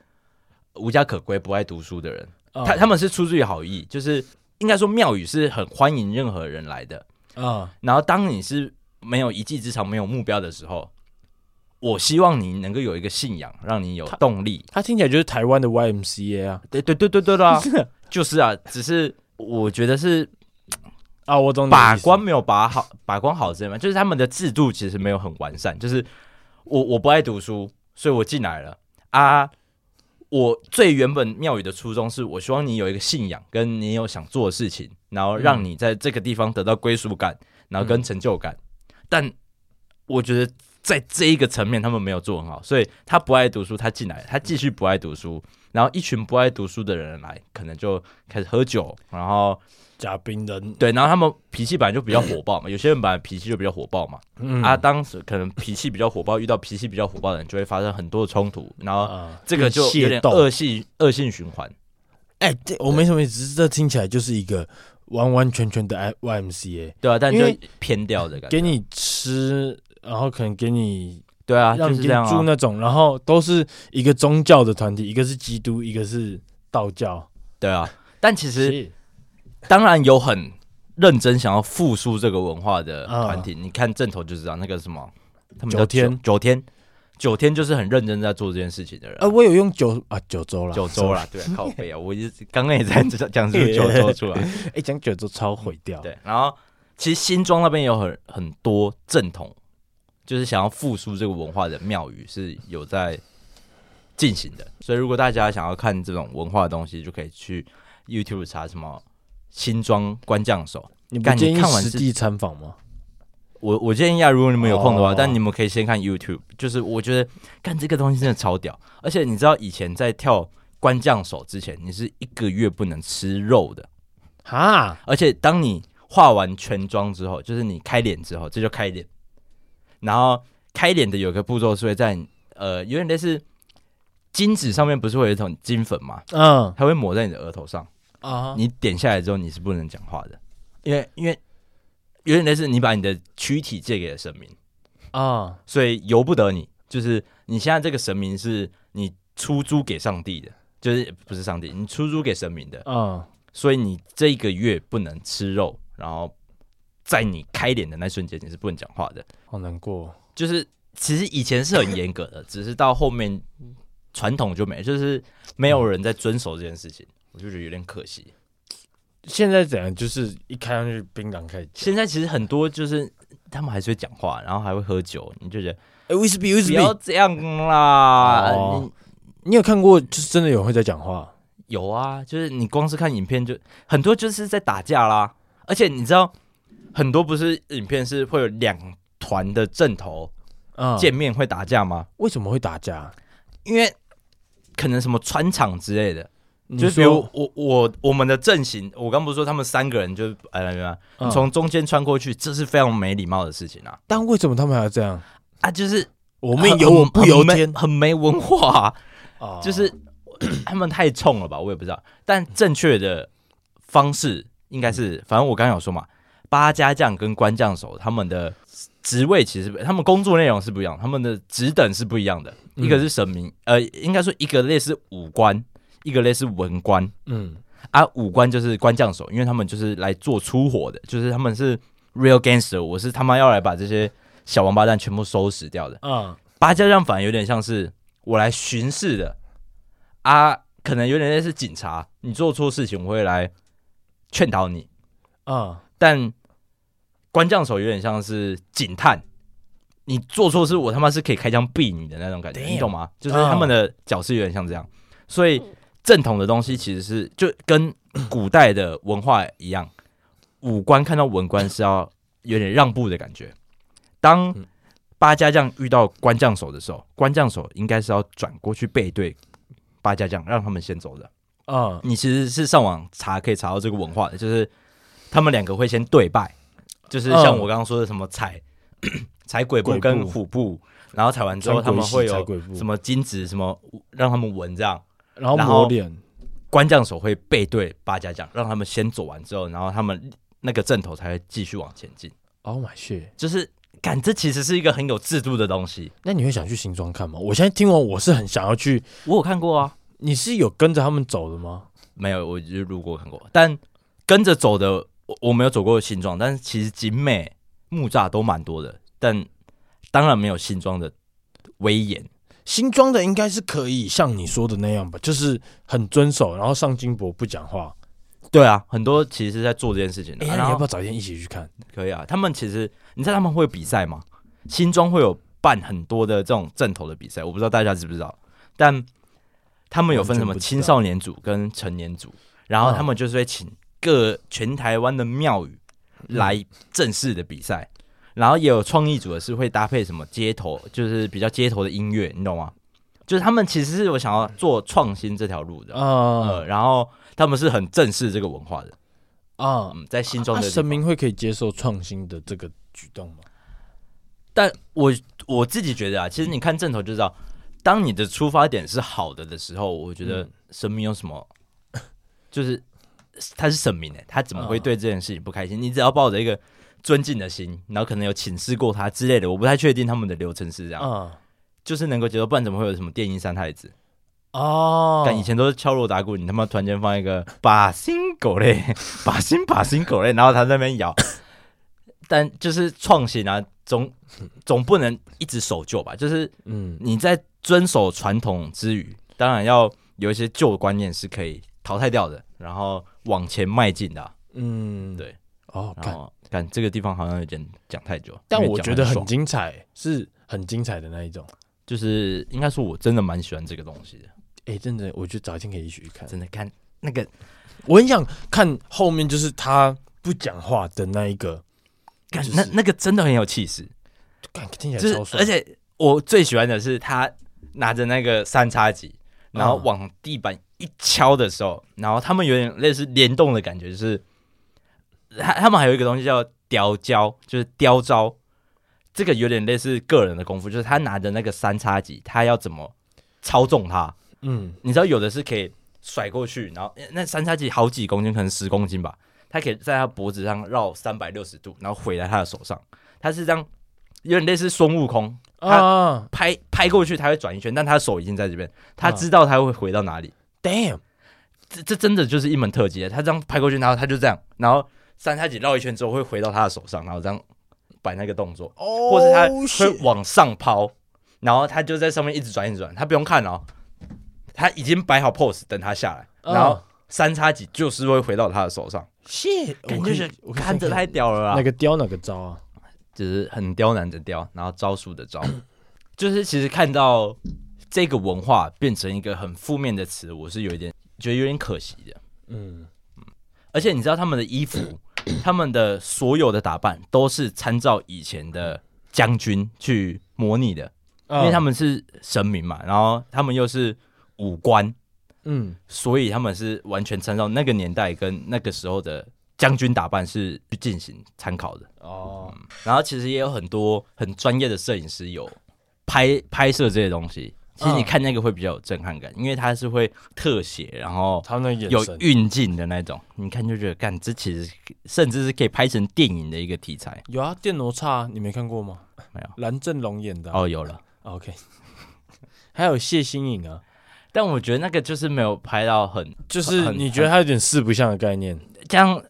S1: 无家可归、不爱读书的人。他他们是出自于好意，就是应该说庙宇是很欢迎任何人来的。
S2: 嗯
S1: 然后当你是没有一技之长、没有目标的时候，我希望你能够有一个信仰，让你有动力。
S2: 他听起来就是台湾的 YMCA 啊
S1: 对对对对对啦， 就是啊，只是我觉得是
S2: 啊！我懂你的
S1: 把
S2: 意思
S1: 关没有把好，把关好这嘛，就是他们的制度其实没有很完善。就是我我不爱读书，所以我进来了啊。我最原本庙宇的初衷是我希望你有一个信仰，跟你有想做的事情，然后让你在这个地方得到归属
S2: 嗯
S1: 感，然后跟成就感。但我觉得在这一个层面，他们没有做很好，所以他不爱读书，他进来，他继续不爱读书，然后一群不爱读书的人来，可能就开始喝酒，然后
S2: 假冰人，
S1: 对，然后他们脾气本来就比较火爆嘛，有些人本来脾气就比较火爆嘛，
S2: 嗯
S1: 啊，当时可能脾气比较火爆，遇到脾气比较火爆的人，就会发生很多的冲突，然后
S2: 啊，
S1: 这个就有
S2: 械
S1: 点
S2: 斗
S1: 恶性恶性循环。
S2: 哎，这我没什么意思，只是这听起来就是一个完完全全的 I- YMCA，
S1: 对啊，但就
S2: 因为
S1: 偏掉的感觉。
S2: 给你吃，然后可能给你
S1: 对啊，就
S2: 让你
S1: 是
S2: 给
S1: 这样
S2: 你住
S1: 啊。
S2: 那种，然后都是一个宗教的团体，一个是基督，一个是道教，
S1: 对啊，但其实
S2: 是
S1: 当然有很认真想要复苏这个文化的团体，你看正头就知道那个什么，他们叫
S2: 啊九天
S1: 九天九天就是很认真在做这件事情的人
S2: 啊，。我有用九啊九州啦，
S1: 九州啦，对啊，靠背啊，我一直刚刚也在讲出九州出来。
S2: 哎、讲九州超毁掉，
S1: 对，然后其实新庄那边有很很多正统，就是想要复苏这个文化的庙宇是有在进行的。所以如果大家想要看这种文化的东西，就可以去 YouTube 查什么新庄官将手。
S2: 你不
S1: 干你
S2: 建议
S1: 看完
S2: 实
S1: 是
S2: 地参访吗？
S1: 我我建议啊，如果你们有空的话，
S2: 哦
S1: 但你们可以先看 YouTube，就是我觉得干这个东西真的超屌。而且你知道以前在跳官将手之前，你是一个月不能吃肉的。
S2: 哈，
S1: 而且当你化完全妆之后，就是你开脸之后，这就开脸。然后开脸的有个步骤是会在你呃，有点类似金纸上面不是会有一种金粉嘛，
S2: 嗯
S1: 它会抹在你的额头上。
S2: 啊，
S1: 你点下来之后，你是不能讲话的，因为因为有点类似你把你的躯体借给了神明，
S2: 啊，
S1: 所以由不得你。就是你现在这个神明是你出租给上帝的，就是不是上帝，你出租给神明的。
S2: 嗯，
S1: 所以你这一个月不能吃肉，然后在你开脸的那瞬间你是不能讲话的。
S2: 好难过，哦
S1: 就是其实以前是很严格的，只是到后面嗯传统就没，就是没有人在遵守这件事情，我就觉得有点可惜。
S2: 现在怎样？就是一开上去槟榔开始讲，
S1: 现在其实很多就是他们还是会讲话，然后还会喝酒，你就觉得
S2: 哎、威士忌，威
S1: 不
S2: 士忌，
S1: 要这样啦。
S2: 哦
S1: 你
S2: 你有看过就是真的有人会在讲话？
S1: 有啊，就是你光是看影片就很多就是在打架啦，而且你知道很多不是影片是会有两团的阵头。
S2: 嗯，
S1: 见面会打架吗？
S2: 为什么会打架？
S1: 因为可能什么穿场之类的，
S2: 你
S1: 就是比
S2: 说
S1: 如我我我们的阵型，我刚不是说他们三个人就是哎来来，
S2: 嗯
S1: 你从中间穿过去，这是非常没礼貌的事情啊
S2: 但为什么他们还要这样？啊
S1: 啊！就是
S2: 我
S1: 我
S2: 命由我不由天，
S1: 很没文化、啊，
S2: 哦
S1: 就是 他们太冲了吧，我也不知道。但正确的方式应该是，反正我刚刚有说嘛，八家将跟官将手他们的职位其实不他们工作内容是不一样，他们的职等是不一样的。
S2: 嗯
S1: 一个是神明，呃，应该说一个类似武官，一个类似文官
S2: 嗯，
S1: 啊。武官就是官将手，因为他们就是来做出火的，就是他们是 real gangster，我是他妈要来把这些小王八蛋全部收拾掉的。
S2: 啊，
S1: 八家将反而有点像是我来巡视的啊，可能有点类似警察，
S2: 嗯
S1: 你做错事情我会来劝导你，
S2: 啊，
S1: 但关将手有点像是警探，你做错事，我他妈是可以开枪毙你的那种感觉
S2: Damn 嗯
S1: 你懂吗？就是他们的角色有点像这样，所以正统的东西其实是就跟古代的文化一样，武官看到文官是要有点让步的感觉。当
S2: 嗯
S1: 八家将遇到关将手的时候，关将手应该是要转过去背对八家将，让他们先走的。
S2: 啊
S1: 你其实是上网查可以查到这个文化的，就是他们两个会先对拜，就是像
S2: 嗯
S1: 我刚刚说的什么踩 踩鬼步
S2: 鬼
S1: 跟
S2: 步
S1: 虎步，然后踩完之后他们会有什
S2: 么，
S1: 么金子什么让他们闻这样。
S2: 然后
S1: 然后
S2: 抹脸，
S1: 官将手会背对八家将，让他们先走完之后，然后他们那个阵头才会继续往前进。
S2: Oh my shit！
S1: 就是，感这其实是一个很有制度的东西。
S2: 那你会想去新庄看吗？我现在听完我是很想要去，
S1: 我有看过啊，
S2: 你是有跟着他们走的吗？
S1: 没有，我就是路过看过，但跟着走的我我没有走过新庄，但是其实景美、木栅都蛮多的，但当然没有新庄的威严。
S2: 新庄的应该是可以像你说的那样吧，就是很遵守，然后上金箔不讲话。
S1: 对啊，很多其实是在做这件事情的。
S2: 哎、那
S1: 然
S2: 你要不
S1: 后
S2: 要早一天一起去看？
S1: 可以啊，他们其实你知道他们会有比赛吗？新庄会有办很多的这种正头的比赛，我不知道大家知不知道，但他们有分什么
S2: 完全不知道
S1: 青少年组跟成年组，然后他们就是会请各全台湾的庙宇
S2: 嗯
S1: 来正式的比赛，然后也有创意组的是会搭配什么街头，就是比较街头的音乐，你懂吗？就是他们其实是有想要做创新这条路的，
S2: 啊
S1: 呃，然后他们是很正视这个文化的，
S2: 啊！
S1: 嗯，在新庄
S2: 那
S1: 的地
S2: 神
S1: 方
S2: 明会可以接受创新的这个举动吗？
S1: 但我我自己觉得啊，其实你看正头就知道，当你的出发点是好的的时候，我觉得
S2: 嗯
S1: 神明有什么，就是他是神明哎、他怎么会对这件事情不开心？你只要抱着一个尊敬的心，然后可能有请示过他之类的，我不太确定他们的流程是这样，
S2: 啊
S1: 就是能够接受，不然怎么会有什么电音三太子？
S2: 哦，
S1: 但以前都是敲锣打鼓，你他妈突然间放一个把心狗嘞，把心把心狗嘞，然后他在那边摇，但就是创新啊，总总不能一直守旧吧？就是
S2: 嗯
S1: 你在遵守传统之余，当然要有一些旧的观念是可以淘汰掉的，然后往前迈进的啊、
S2: 嗯
S1: 对
S2: 哦，
S1: 然
S2: 看，
S1: 后看这个地方好像有点讲太久，
S2: 但
S1: 因为
S2: 我
S1: 讲
S2: 觉得
S1: 爽
S2: 很精彩，是很精彩的那一种。
S1: 就是应该说我真的蛮喜欢这个东西的，
S2: 哎、真的，我觉得早一天可以一起去看。
S1: 真的看那个
S2: 我很想看后面就是他不讲话的那一个，
S1: 看、
S2: 就是
S1: 那那个真的很有气势。
S2: 看听起
S1: 就
S2: 来
S1: 是
S2: 超，帅，
S1: 而且我最喜欢的是他拿着那个三叉戟，然后
S2: 嗯
S1: 往地板一敲的时候，然后他们有点类似联动的感觉，就是他他们还有一个东西叫雕胶，就是雕招，这个有点类似个人的功夫，就是他拿着那个三叉戟，他要怎么操纵它？
S2: 嗯，
S1: 你知道有的是可以甩过去，然后那三叉戟好几公斤，可能十公斤吧，它可以在他脖子上绕三百六十度，然后回来他的手上，他是这样。有点类似孙悟空，他
S2: 啊
S1: 拍拍过去，他会转一圈，但他手已经在这边，他知道他会回到哪里。
S2: ，damn，
S1: 这这真的就是一门特技，他这样拍过去，然后他就这样，然后三叉戟绕一圈之后会回到他的手上，然后这样摆那个动作，
S2: 哦
S1: 或是他会往上抛，然后他就在上面一直转一直转，他不用看哦，他已经摆好 pose 等他下来，
S2: 嗯
S1: 然后三叉戟就是会回到他的手上，
S2: shit，我
S1: 感
S2: 可
S1: 觉
S2: 以
S1: 是
S2: 我可以
S1: 看着
S2: 再
S1: 太屌了啦
S2: 哪。个雕哪个招啊，
S1: 就是很刁难的刁，然后招数的招， 就是其实看到这个文化变成一个很负面的词，我是有一点觉得有点可惜的。
S2: 嗯，
S1: 而且你知道他们的衣服， 他们的所有的打扮都是参照以前的将军去模拟的，
S2: 嗯
S1: 因为他们是神明嘛，然后他们又是武官，
S2: 嗯
S1: 所以他们是完全参照那个年代跟那个时候的将军打扮是去进行参考的。
S2: 哦，
S1: 然后其实也有很多很专业的摄影师有拍拍摄这些东西。其实你
S2: 嗯
S1: 看那个会比较有震撼感，因为它是会特写，然后
S2: 他们的眼
S1: 有
S2: 神
S1: 运镜的那种，你看就觉得，干，这其实甚至是可以拍成电影的一个题材。
S2: 有啊，电哪吒你没看过吗？
S1: 没有，
S2: 蓝正龙演的啊
S1: 哦，有了，
S2: ，OK，还有谢欣颖啊，
S1: 但我觉得那个就是没有拍到很
S2: 就是
S1: 很
S2: 你觉得他有点四不像的概念，
S1: 这样，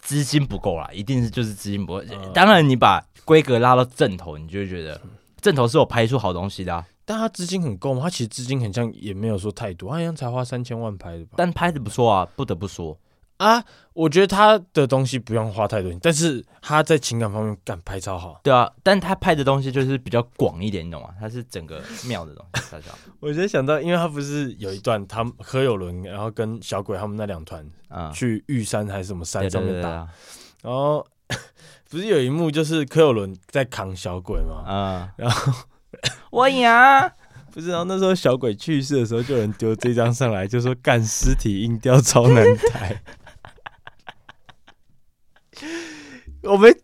S1: 资金不够啦，一定是就是资金不够
S2: 嗯。
S1: 当然，你把规格拉到正头，你就会觉得正头是有拍出好东西的、啊，
S2: 但他资金很够吗？他其实资金很像也没有说太多，他好像才花三千万拍的吧？
S1: 但拍的不错啊，不得不说。
S2: 啊，我觉得他的东西不用花太多钱，但是他在情感方面干拍超好。
S1: 对啊，但他拍的东西就是比较广一点，你懂吗？他是整个庙的东西，大家
S2: 我就想到，因为他不是有一段他们何有伦，然后跟小鬼他们那两团
S1: 啊，
S2: 去玉山还是什么山
S1: 对
S2: 上
S1: 对对
S2: 面打，
S1: 啊，
S2: 然后 不是有一幕就是柯有伦在扛小鬼吗？
S1: 嗯，
S2: 然
S1: 后我啊呀，
S2: 不是，然后那时候小鬼去世的时候，就有人丢这张上来，就说干尸体音调超难抬。 我们，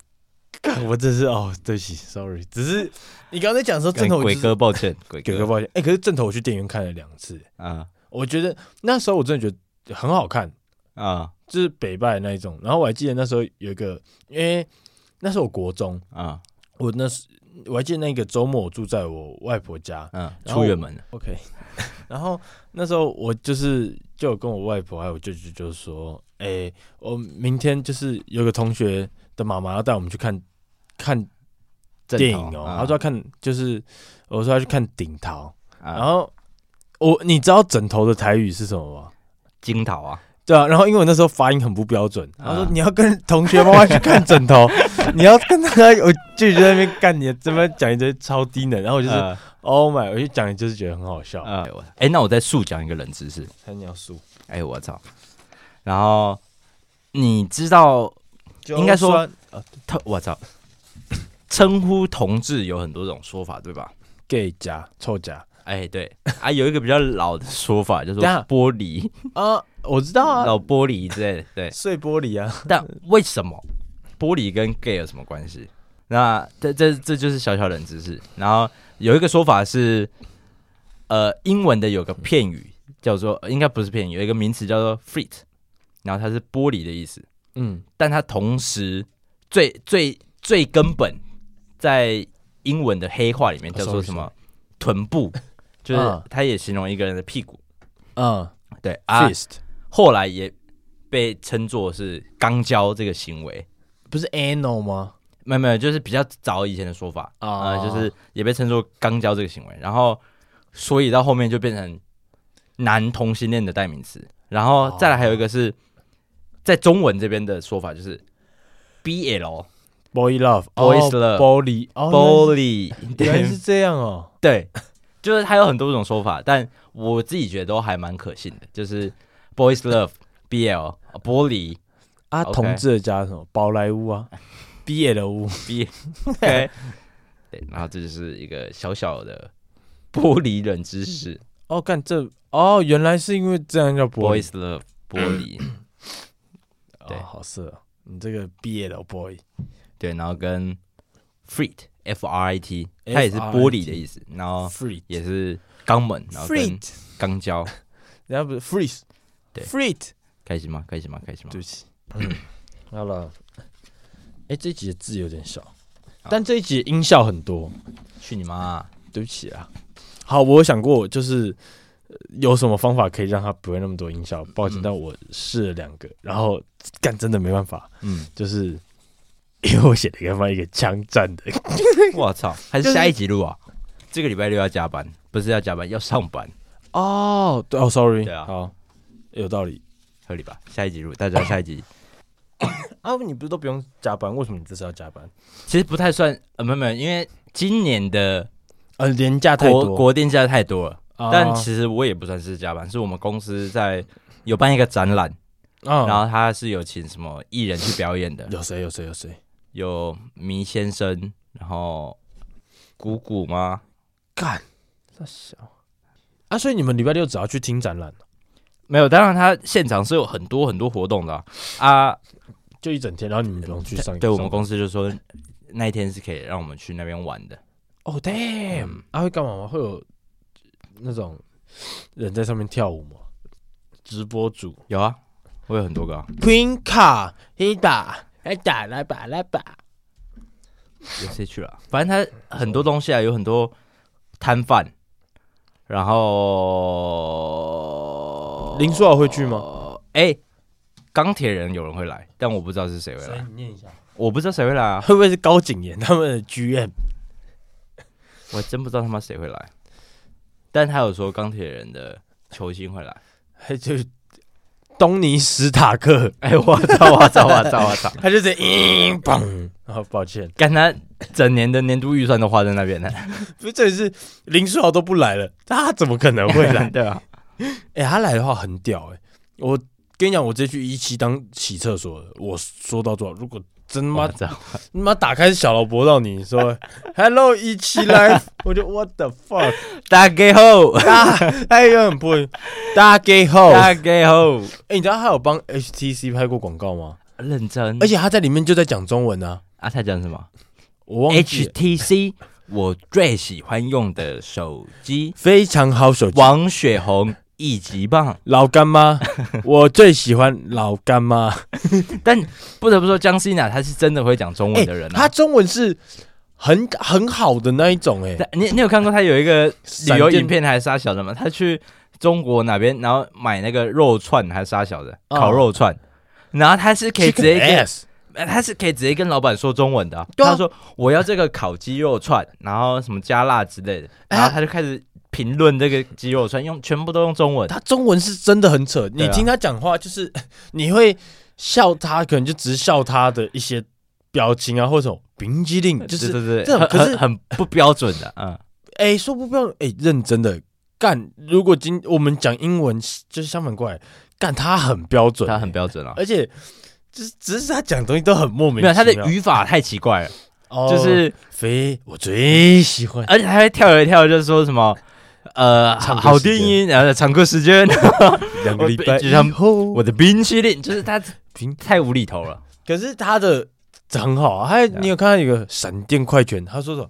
S2: 干我真是哦，对不起，sorry，只是你刚才讲说正头
S1: 鬼哥，抱歉，鬼
S2: 鬼哥
S1: 哥
S2: 抱歉，哎、可是正头我去电影院看了两次，
S1: 啊
S2: 我觉得那时候我真的觉得嗯很好看，
S1: 啊
S2: 就是北拜那一种。然后我还记得那时候有一个，因为那时候我国中，
S1: 啊
S2: 我那时我还记得那个周末我住在我外婆家
S1: 嗯，
S2: 然后
S1: 出远门了，
S2: ，OK，然 后那时候我就是就有跟我外婆还有我舅舅就说，哎、我明天就是有个同学的妈妈要带我们去看看
S1: 正
S2: 电影
S1: 头
S2: 哦、
S1: 啊
S2: 她说要看就是我说要去看顶桃，
S1: 啊
S2: 然后我你知道枕头的台语是什么吗？
S1: 金桃啊，
S2: 对啊，然后因为我那时候发音很不标准，
S1: 啊
S2: 他说你要跟同学妈妈去看枕头， 你要跟他，我就在那边干你，这边讲一堆超低能，然后我就是、
S1: 呃
S2: Oh my，我就讲就是觉得很好笑。
S1: 呃，哎、那我再速讲一个冷知识。
S2: 菜鸟叔，
S1: 哎、我操！然后你知道，应该说
S2: 就算
S1: 他我操，称呼同志有很多种说法，对吧？
S2: gay 夹臭夹
S1: 哎、对啊，有一个比较老的说法，叫做
S2: 等一下
S1: 玻璃、
S2: 啊，我知道啊，
S1: 老玻璃之类的。对，
S2: 碎玻璃啊，
S1: 但为什么玻璃跟 gay 有什么关系？那这这这就是小小冷知识。然后有一个说法是，呃，英文的有个片语叫做，呃应该不是片语，有一个名词叫做 fleet，然后它是玻璃的意思。
S2: 嗯，
S1: 但它同时最最最根本，在英文的黑话里面
S2: 啊
S1: 叫做
S2: sorry，
S1: 什么？臀部，就是
S2: 啊
S1: 它也形容一个人的屁股。
S2: 嗯
S1: 对啊，
S2: ，fist
S1: 后来也被称作是肛交这个行为。
S2: 不是 anal 吗？
S1: 没有没有，就是比较早以前的说法啊、
S2: 啊
S1: 就是也被称作肛交这个行为。然后，所以到后面就变成男同性恋的代名词。然
S2: 哦
S1: 后再来还有一个是在中文这边的说法，就是 BL。
S2: Boy love,
S1: Boys
S2: 哦
S1: love
S2: 玻璃，哦，
S1: Bully，
S2: 原来是原
S1: 对
S2: 来是这样哦。
S1: 对，就是它有很多种说法，但我自己觉得都还蛮可信的，就是 boys love BL 玻璃
S2: 啊，
S1: OK
S2: 同志的家是什么？宝莱坞 啊，BL 屋。
S1: B，对， 对，然后这就是一个小小的玻璃冷知识
S2: 哦，干这哦，原来是因为这样叫玻璃
S1: ，boys love 玻璃，对
S2: 哦，好色哦、你这个毕业的 boy，
S1: 对，然后跟 freet F R I T，它也是玻璃的意思，然后
S2: free
S1: 也是肛门，然后跟
S2: freet，
S1: 肛交，
S2: 人家不是 freeze，
S1: 对
S2: freet，
S1: 开心吗？开心吗？开心吗
S2: 对？不起，啊嗯好了，哎、这一集的字有点少，
S1: 好
S2: 但这一集的音效很多，
S1: 去你妈 啊！
S2: 对不起啊。好，我有想过，就是呃有什么方法可以让它不会那么多音效，抱歉，
S1: 嗯
S2: 但我试了两个，然后干真的没办法，
S1: 嗯，
S2: 就是 因为我写了一个他妈一个枪战的
S1: 我操，还
S2: 就是
S1: 是下一集录啊？这个礼拜六要加班，不是要加班，要上班，
S2: 哦，对哦，sorry，
S1: 对啊
S2: 好，有道理。
S1: 合理吧？下一集录，大家下一集
S2: 啊，你不是都不用加班，为什么你这次要加班？
S1: 其实不太算，呃，没有没有，因为今年的
S2: 呃，廉价太
S1: 国
S2: 多，
S1: 国定假太多了，
S2: 啊
S1: 但其实我也不算是加班，是我们公司在有办一个展览，
S2: 啊，
S1: 然后他是有请什么艺人去表演的，
S2: 有谁有谁有谁，
S1: 有迷先生，然后谷谷吗？
S2: 干，那小啊，所以你们礼拜六只要去听展览，
S1: 没有，当然他现场是有很多很多活动的啊啊
S2: 就一整天，然后你们不用去上，
S1: 对我们
S2: 上
S1: 公司就说那一天是可以让我们去那边玩的。
S2: 哦，damn，啊会干嘛吗？会有那种人在上面跳舞吗？直播主
S1: 有啊，我有很多个、啊，
S2: ，Queen 卡黑打，来打来吧来吧，
S1: 有谁去了啊？反正他很多东西啊，有很多摊贩，然后
S2: 林书豪会去吗？
S1: 哎，钢铁人有人会来，但我不知道是谁会来，
S2: 你念一下，
S1: 我不知道谁会来啊，
S2: 会不会是高景言他们的 GM？
S1: 我真不知道他妈谁会来。但他有说钢铁人的球星会来，
S2: 还就东尼史塔克，
S1: 哎，我操，我操，我操，我操！
S2: 他就直接嗯砰，好抱歉，
S1: 干他整年的年度预算都花在那边了，？
S2: 不是这里是林书豪都不来了，他怎么可能会来
S1: 对啊吧？
S2: 哎、他来的话很屌哎、我跟你讲，我直接去一期当洗厕所了。我说到做到，如果真妈
S1: 我操！
S2: 他妈打开小老婆到 你说 “Hello 一期 Life”，我就 What the fuck，
S1: 大家好，
S2: 大他也很不大家好。
S1: 大
S2: 哎、
S1: 家好，
S2: 你知道他有帮 HTC 拍过广告吗？
S1: 认真。
S2: 而且他在里面就在讲中文啊，
S1: 啊，他讲什么
S2: 我忘记了
S1: ？HTC，我最喜欢用的手机，
S2: 非常好手机。
S1: 王雪红一级棒。
S2: 老 干妈，我最喜欢老干妈。
S1: 但不得不说，江西娜她是真的会讲中文的人
S2: 他
S1: 啊。
S2: 中文是很很好的那一种、哎，
S1: 但你你有看过她有一个旅游
S2: 闪电
S1: 影片还是啥小的吗？她去中国哪边，然后买那个肉串还是啥小的
S2: 哦
S1: 烤肉串，然后她是可以直接
S2: Chicken
S1: 跟
S2: ass
S1: 呃他是可以直接跟老板说中文的啊、
S2: 对啊
S1: 他说我要这个烤鸡肉串，然后什么加辣之类的，
S2: 哎
S1: 然后他就开始评论这个鸡肉串，用全部都用中文。
S2: 他中文是真的很扯，
S1: 对
S2: 你
S1: 啊
S2: 听他讲话就是 你会笑他，可能就只是笑他的一些表情啊，或者什么冰激凌，就
S1: 呃对
S2: 是
S1: 对对，
S2: 这种
S1: 很
S2: 可是
S1: 很很不标准的，嗯，
S2: 哎、说不标准，哎、认真的干。如果今我们讲英文，就是相反过来，干他很标准，
S1: 他很标准啊。
S2: 而且只只是他讲的东西都很莫名其
S1: 没
S2: 妙，
S1: 有他的语法太奇怪了，
S2: 哦
S1: 就是
S2: 肥，我最喜欢。
S1: 而且他会跳一跳，就是说什么呃
S2: 唱歌
S1: 好
S2: 时间
S1: 电影，然后唱歌时 间，
S2: 两个礼拜
S1: 哦就像
S2: 以后，
S1: 我的冰淇淋，就是他
S2: 冰
S1: 太无厘头了。
S2: 可是他的很好啊，还
S1: 对啊
S2: 你有看到一个闪电快拳，他说什么？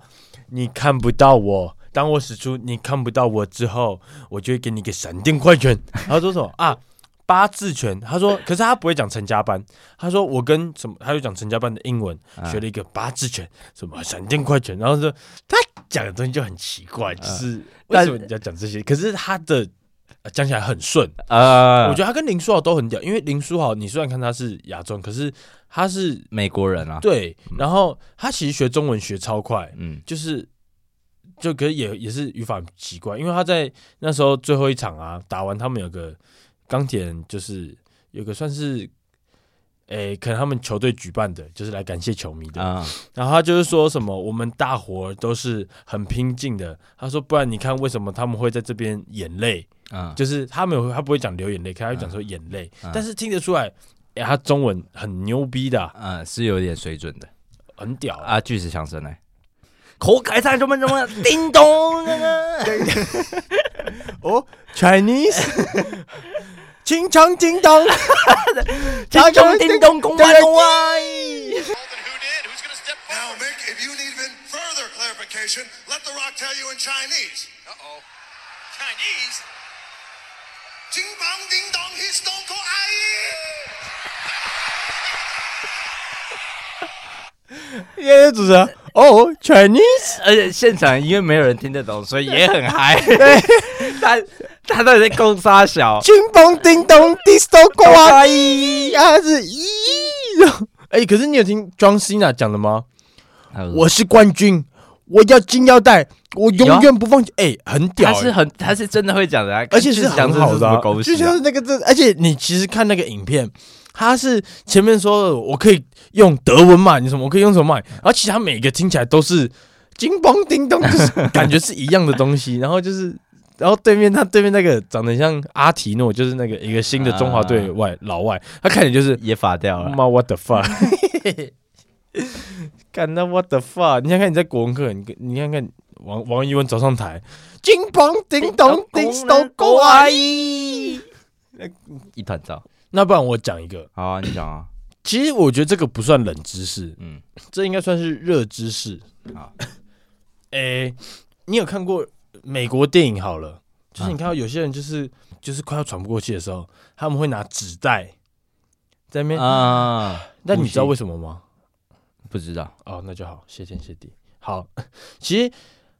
S2: 你看不到我，当我使出你看不到我之后，我就会给你一个闪电快拳。他说什么 啊？八字拳，他说，可是他不会讲陈家班，他说我跟什么，他就讲陈家班的英文，
S1: 啊
S2: 学了一个八字拳，什么闪电快拳，然后说他讲的东西就很奇怪，就是为
S1: 但
S2: 什么你要讲这些？可是他的呃讲起来很顺，
S1: 呃，
S2: 我觉得他跟林书豪都很屌，因为林书豪，你虽然看他是亚洲人，可是他是
S1: 美国人啊，
S2: 对，然后他其实学中文学超快，
S1: 嗯，
S2: 就是就可是也也是语法很奇怪，因为他在那时候最后一场啊，打完他们有个钢铁人，就是有个算是。诶、可能他们球队举办的，就是来感谢球迷的。
S1: 啊，
S2: 然后他就是说什么，我们大伙儿都是很拼劲的。他说，不然你看为什么他们会在这边眼泪？
S1: 嗯，
S2: 就是他没有，他不会讲流眼泪，可他会讲说眼泪，
S1: 嗯
S2: 但是听得出来，哎、他中文很牛逼的啊、
S1: 嗯，是有点水准的。
S2: 很屌啊！
S1: 啊，巨石强森呢？口改唱什么什么，叮咚，那个
S2: 哦，Chinese，清唱叮当，
S1: 叮咚叮咚，公关公啊！
S3: than who did, who's going to step
S4: Now,
S3: forward?
S4: Mick, if you need even further clarification, let The Rock tell you in Chinese.
S3: Uh-oh. Chinese?
S4: Ding bang ding dong, he's stone cold. Aye.
S2: 耶耶主持人， 哦，Chinese，
S1: 而且现场因为没有人听得懂，所以也很嗨。 他他到底在攻杀小？
S2: 清风叮咚，disco 呱啦伊，他啊是咦，哎、可是你有听 John Cena 讲的吗？
S1: 嗯
S2: 我是冠军，我要金腰带，我永远不放弃，哎、很屌、
S1: 他
S2: 欸，
S1: 是很他是真的会讲的啊，
S2: 而且
S1: 巨
S2: 是
S1: 石强
S2: 很
S1: 森
S2: 好
S1: 是
S2: 的
S1: 什
S2: 啊、
S1: 么狗
S2: 就
S1: 血啊？
S2: 像那个这，而且你其实看那个影片，他是前面说的我可以用德文骂你什么，我可以用什么骂你，然后其实他每个听起来都是金邦叮咚，就是 感觉是一样的东西，然后就是。然后对面他对面那个长得像阿提诺，就是那个一个新的中华队外、老外，他看起来就是
S1: 也法掉了，
S2: 妈 what the fuck，干那 what the fuck，你看看你在国文课，你跟你看看王王一文走上台，金邦叮
S1: 啊
S2: 咚叮咚过来，
S1: 一团糟。
S2: 那不然我讲一个，
S1: 好啊，你讲啊，
S2: 其实我觉得这个不算冷知识，
S1: 嗯，
S2: 这应该算是热知识
S1: 好。
S2: 诶、你有看过美国电影好了，就是你
S1: 啊
S2: 看到有些人就是就是快要喘不过气的时候，他们会拿纸袋在那边，
S1: 啊，
S2: 但你知道
S1: 呼
S2: 为
S1: 吸
S2: 什么吗？
S1: 不知道？
S2: 哦，那就好，谢天谢地。好，其实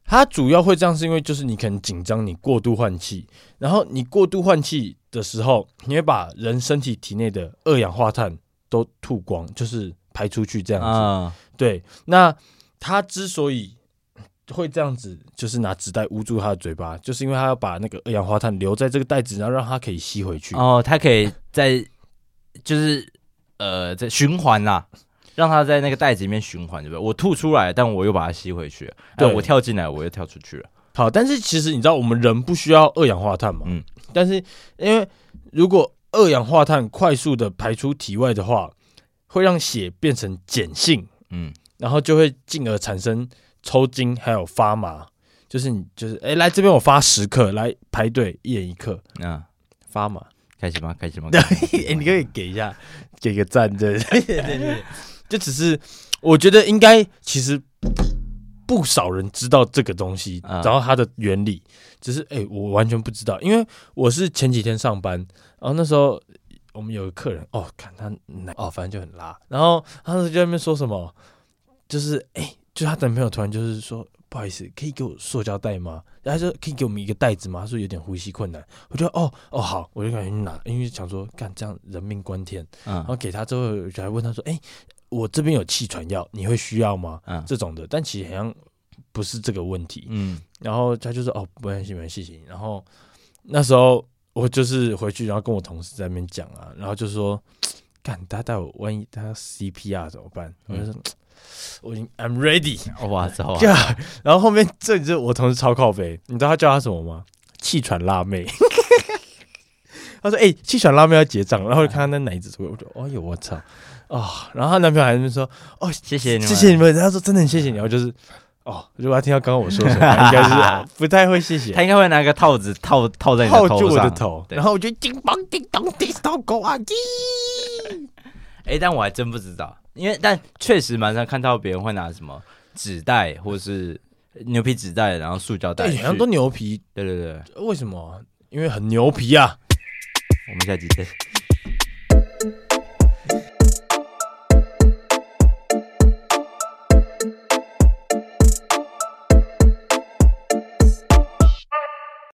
S2: 它主要会这样，是因为就是你可能紧张，你过度换气，然后你过度换气的时候，你会把人身体体内的二氧化碳都吐光，就是排出去这样子。
S1: 啊，
S2: 对，那它之所以会这样子，就是拿纸袋捂住他的嘴巴，就是因为他要把那个二氧化碳留在这个袋子，然后让它可以吸回去。
S1: 哦，它可以在就是呃在循环啦、让它在那个袋子里面循环，对不对？我吐出来，但我又把它吸回去了。哎
S2: 对
S1: 我跳进来，我又跳出去了。
S2: 好，但是其实你知道，我们人不需要二氧化碳嘛？
S1: 嗯
S2: 嗯，但是因为如果二氧化碳快速的排出体外的话，会让血变成碱性，
S1: 嗯，
S2: 然后就会进而产生抽筋，还有发麻。就是你就是哎、来这边我发十克，来排队一人一克，
S1: 那、
S2: 发麻。
S1: 啊开始吗？开 始吗？
S2: 对
S1: 开始吗
S2: 哎、你可以给一下，给个赞，对对对对对，就只是我觉得应该其实不少人知道这个东西，
S1: 啊
S2: 然后它的原理，只是哎、我完全不知道，因为我是前几天上班，然后那时候我们有个客人，哦，看他奶，哦，反正就很拉，然后他就在那边说什么，就是哎、就她男朋友突然就是说。不好意思，可以给我塑胶袋吗？然后他说可以给我们一个袋子吗？他说有点呼吸困难。我就哦哦好，我就赶紧去拿，因为想说干这样人命关天。然后
S1: 嗯
S2: 给他之后，我就还问他说：“哎、我这边有气喘药，你会需要吗？”
S1: 嗯
S2: 这种的，但其实好像不是这个问题。
S1: 嗯
S2: 然后他就说：“哦，没关系，没关系。谢谢你”然后那时候我就是回去，然后跟我同事在那边讲啊，然后就说：“干，他带我，万一他 CPR 怎么办？”我就说：“我已经 I'm ready。”
S1: 哇操啊！
S2: 对啊，然后后面这就是我同事超靠北，你知道他叫他什么吗？气喘辣妹。 他说：“哎、气喘辣妹要结账。”然后我就看他那奶子出来，我就：“哎呦，我操！”哦，然后她男朋友还在那边说：“哦，
S1: 谢谢你们
S2: 谢谢你们。”他说：“真的很谢谢你。”然后就是，哦，如果他听到刚刚我说什么，他应该是哦 不太会谢谢。
S1: 他应该会拿个套子套套在你
S2: 套
S1: 的
S2: 住
S1: 头
S2: 我
S1: 上。
S2: 的头，
S1: 对
S2: 然后我就叮咚叮咚叮咚狗啊叽。
S1: 哎、但我还真不知道，因为但确实蛮常看到别人会拿什么纸袋或是牛皮纸袋，然后塑胶袋
S2: 对，
S1: 去。
S2: 好像都牛皮，
S1: 对对对，
S2: 为什么？因为很牛皮啊！
S1: 我们下集见。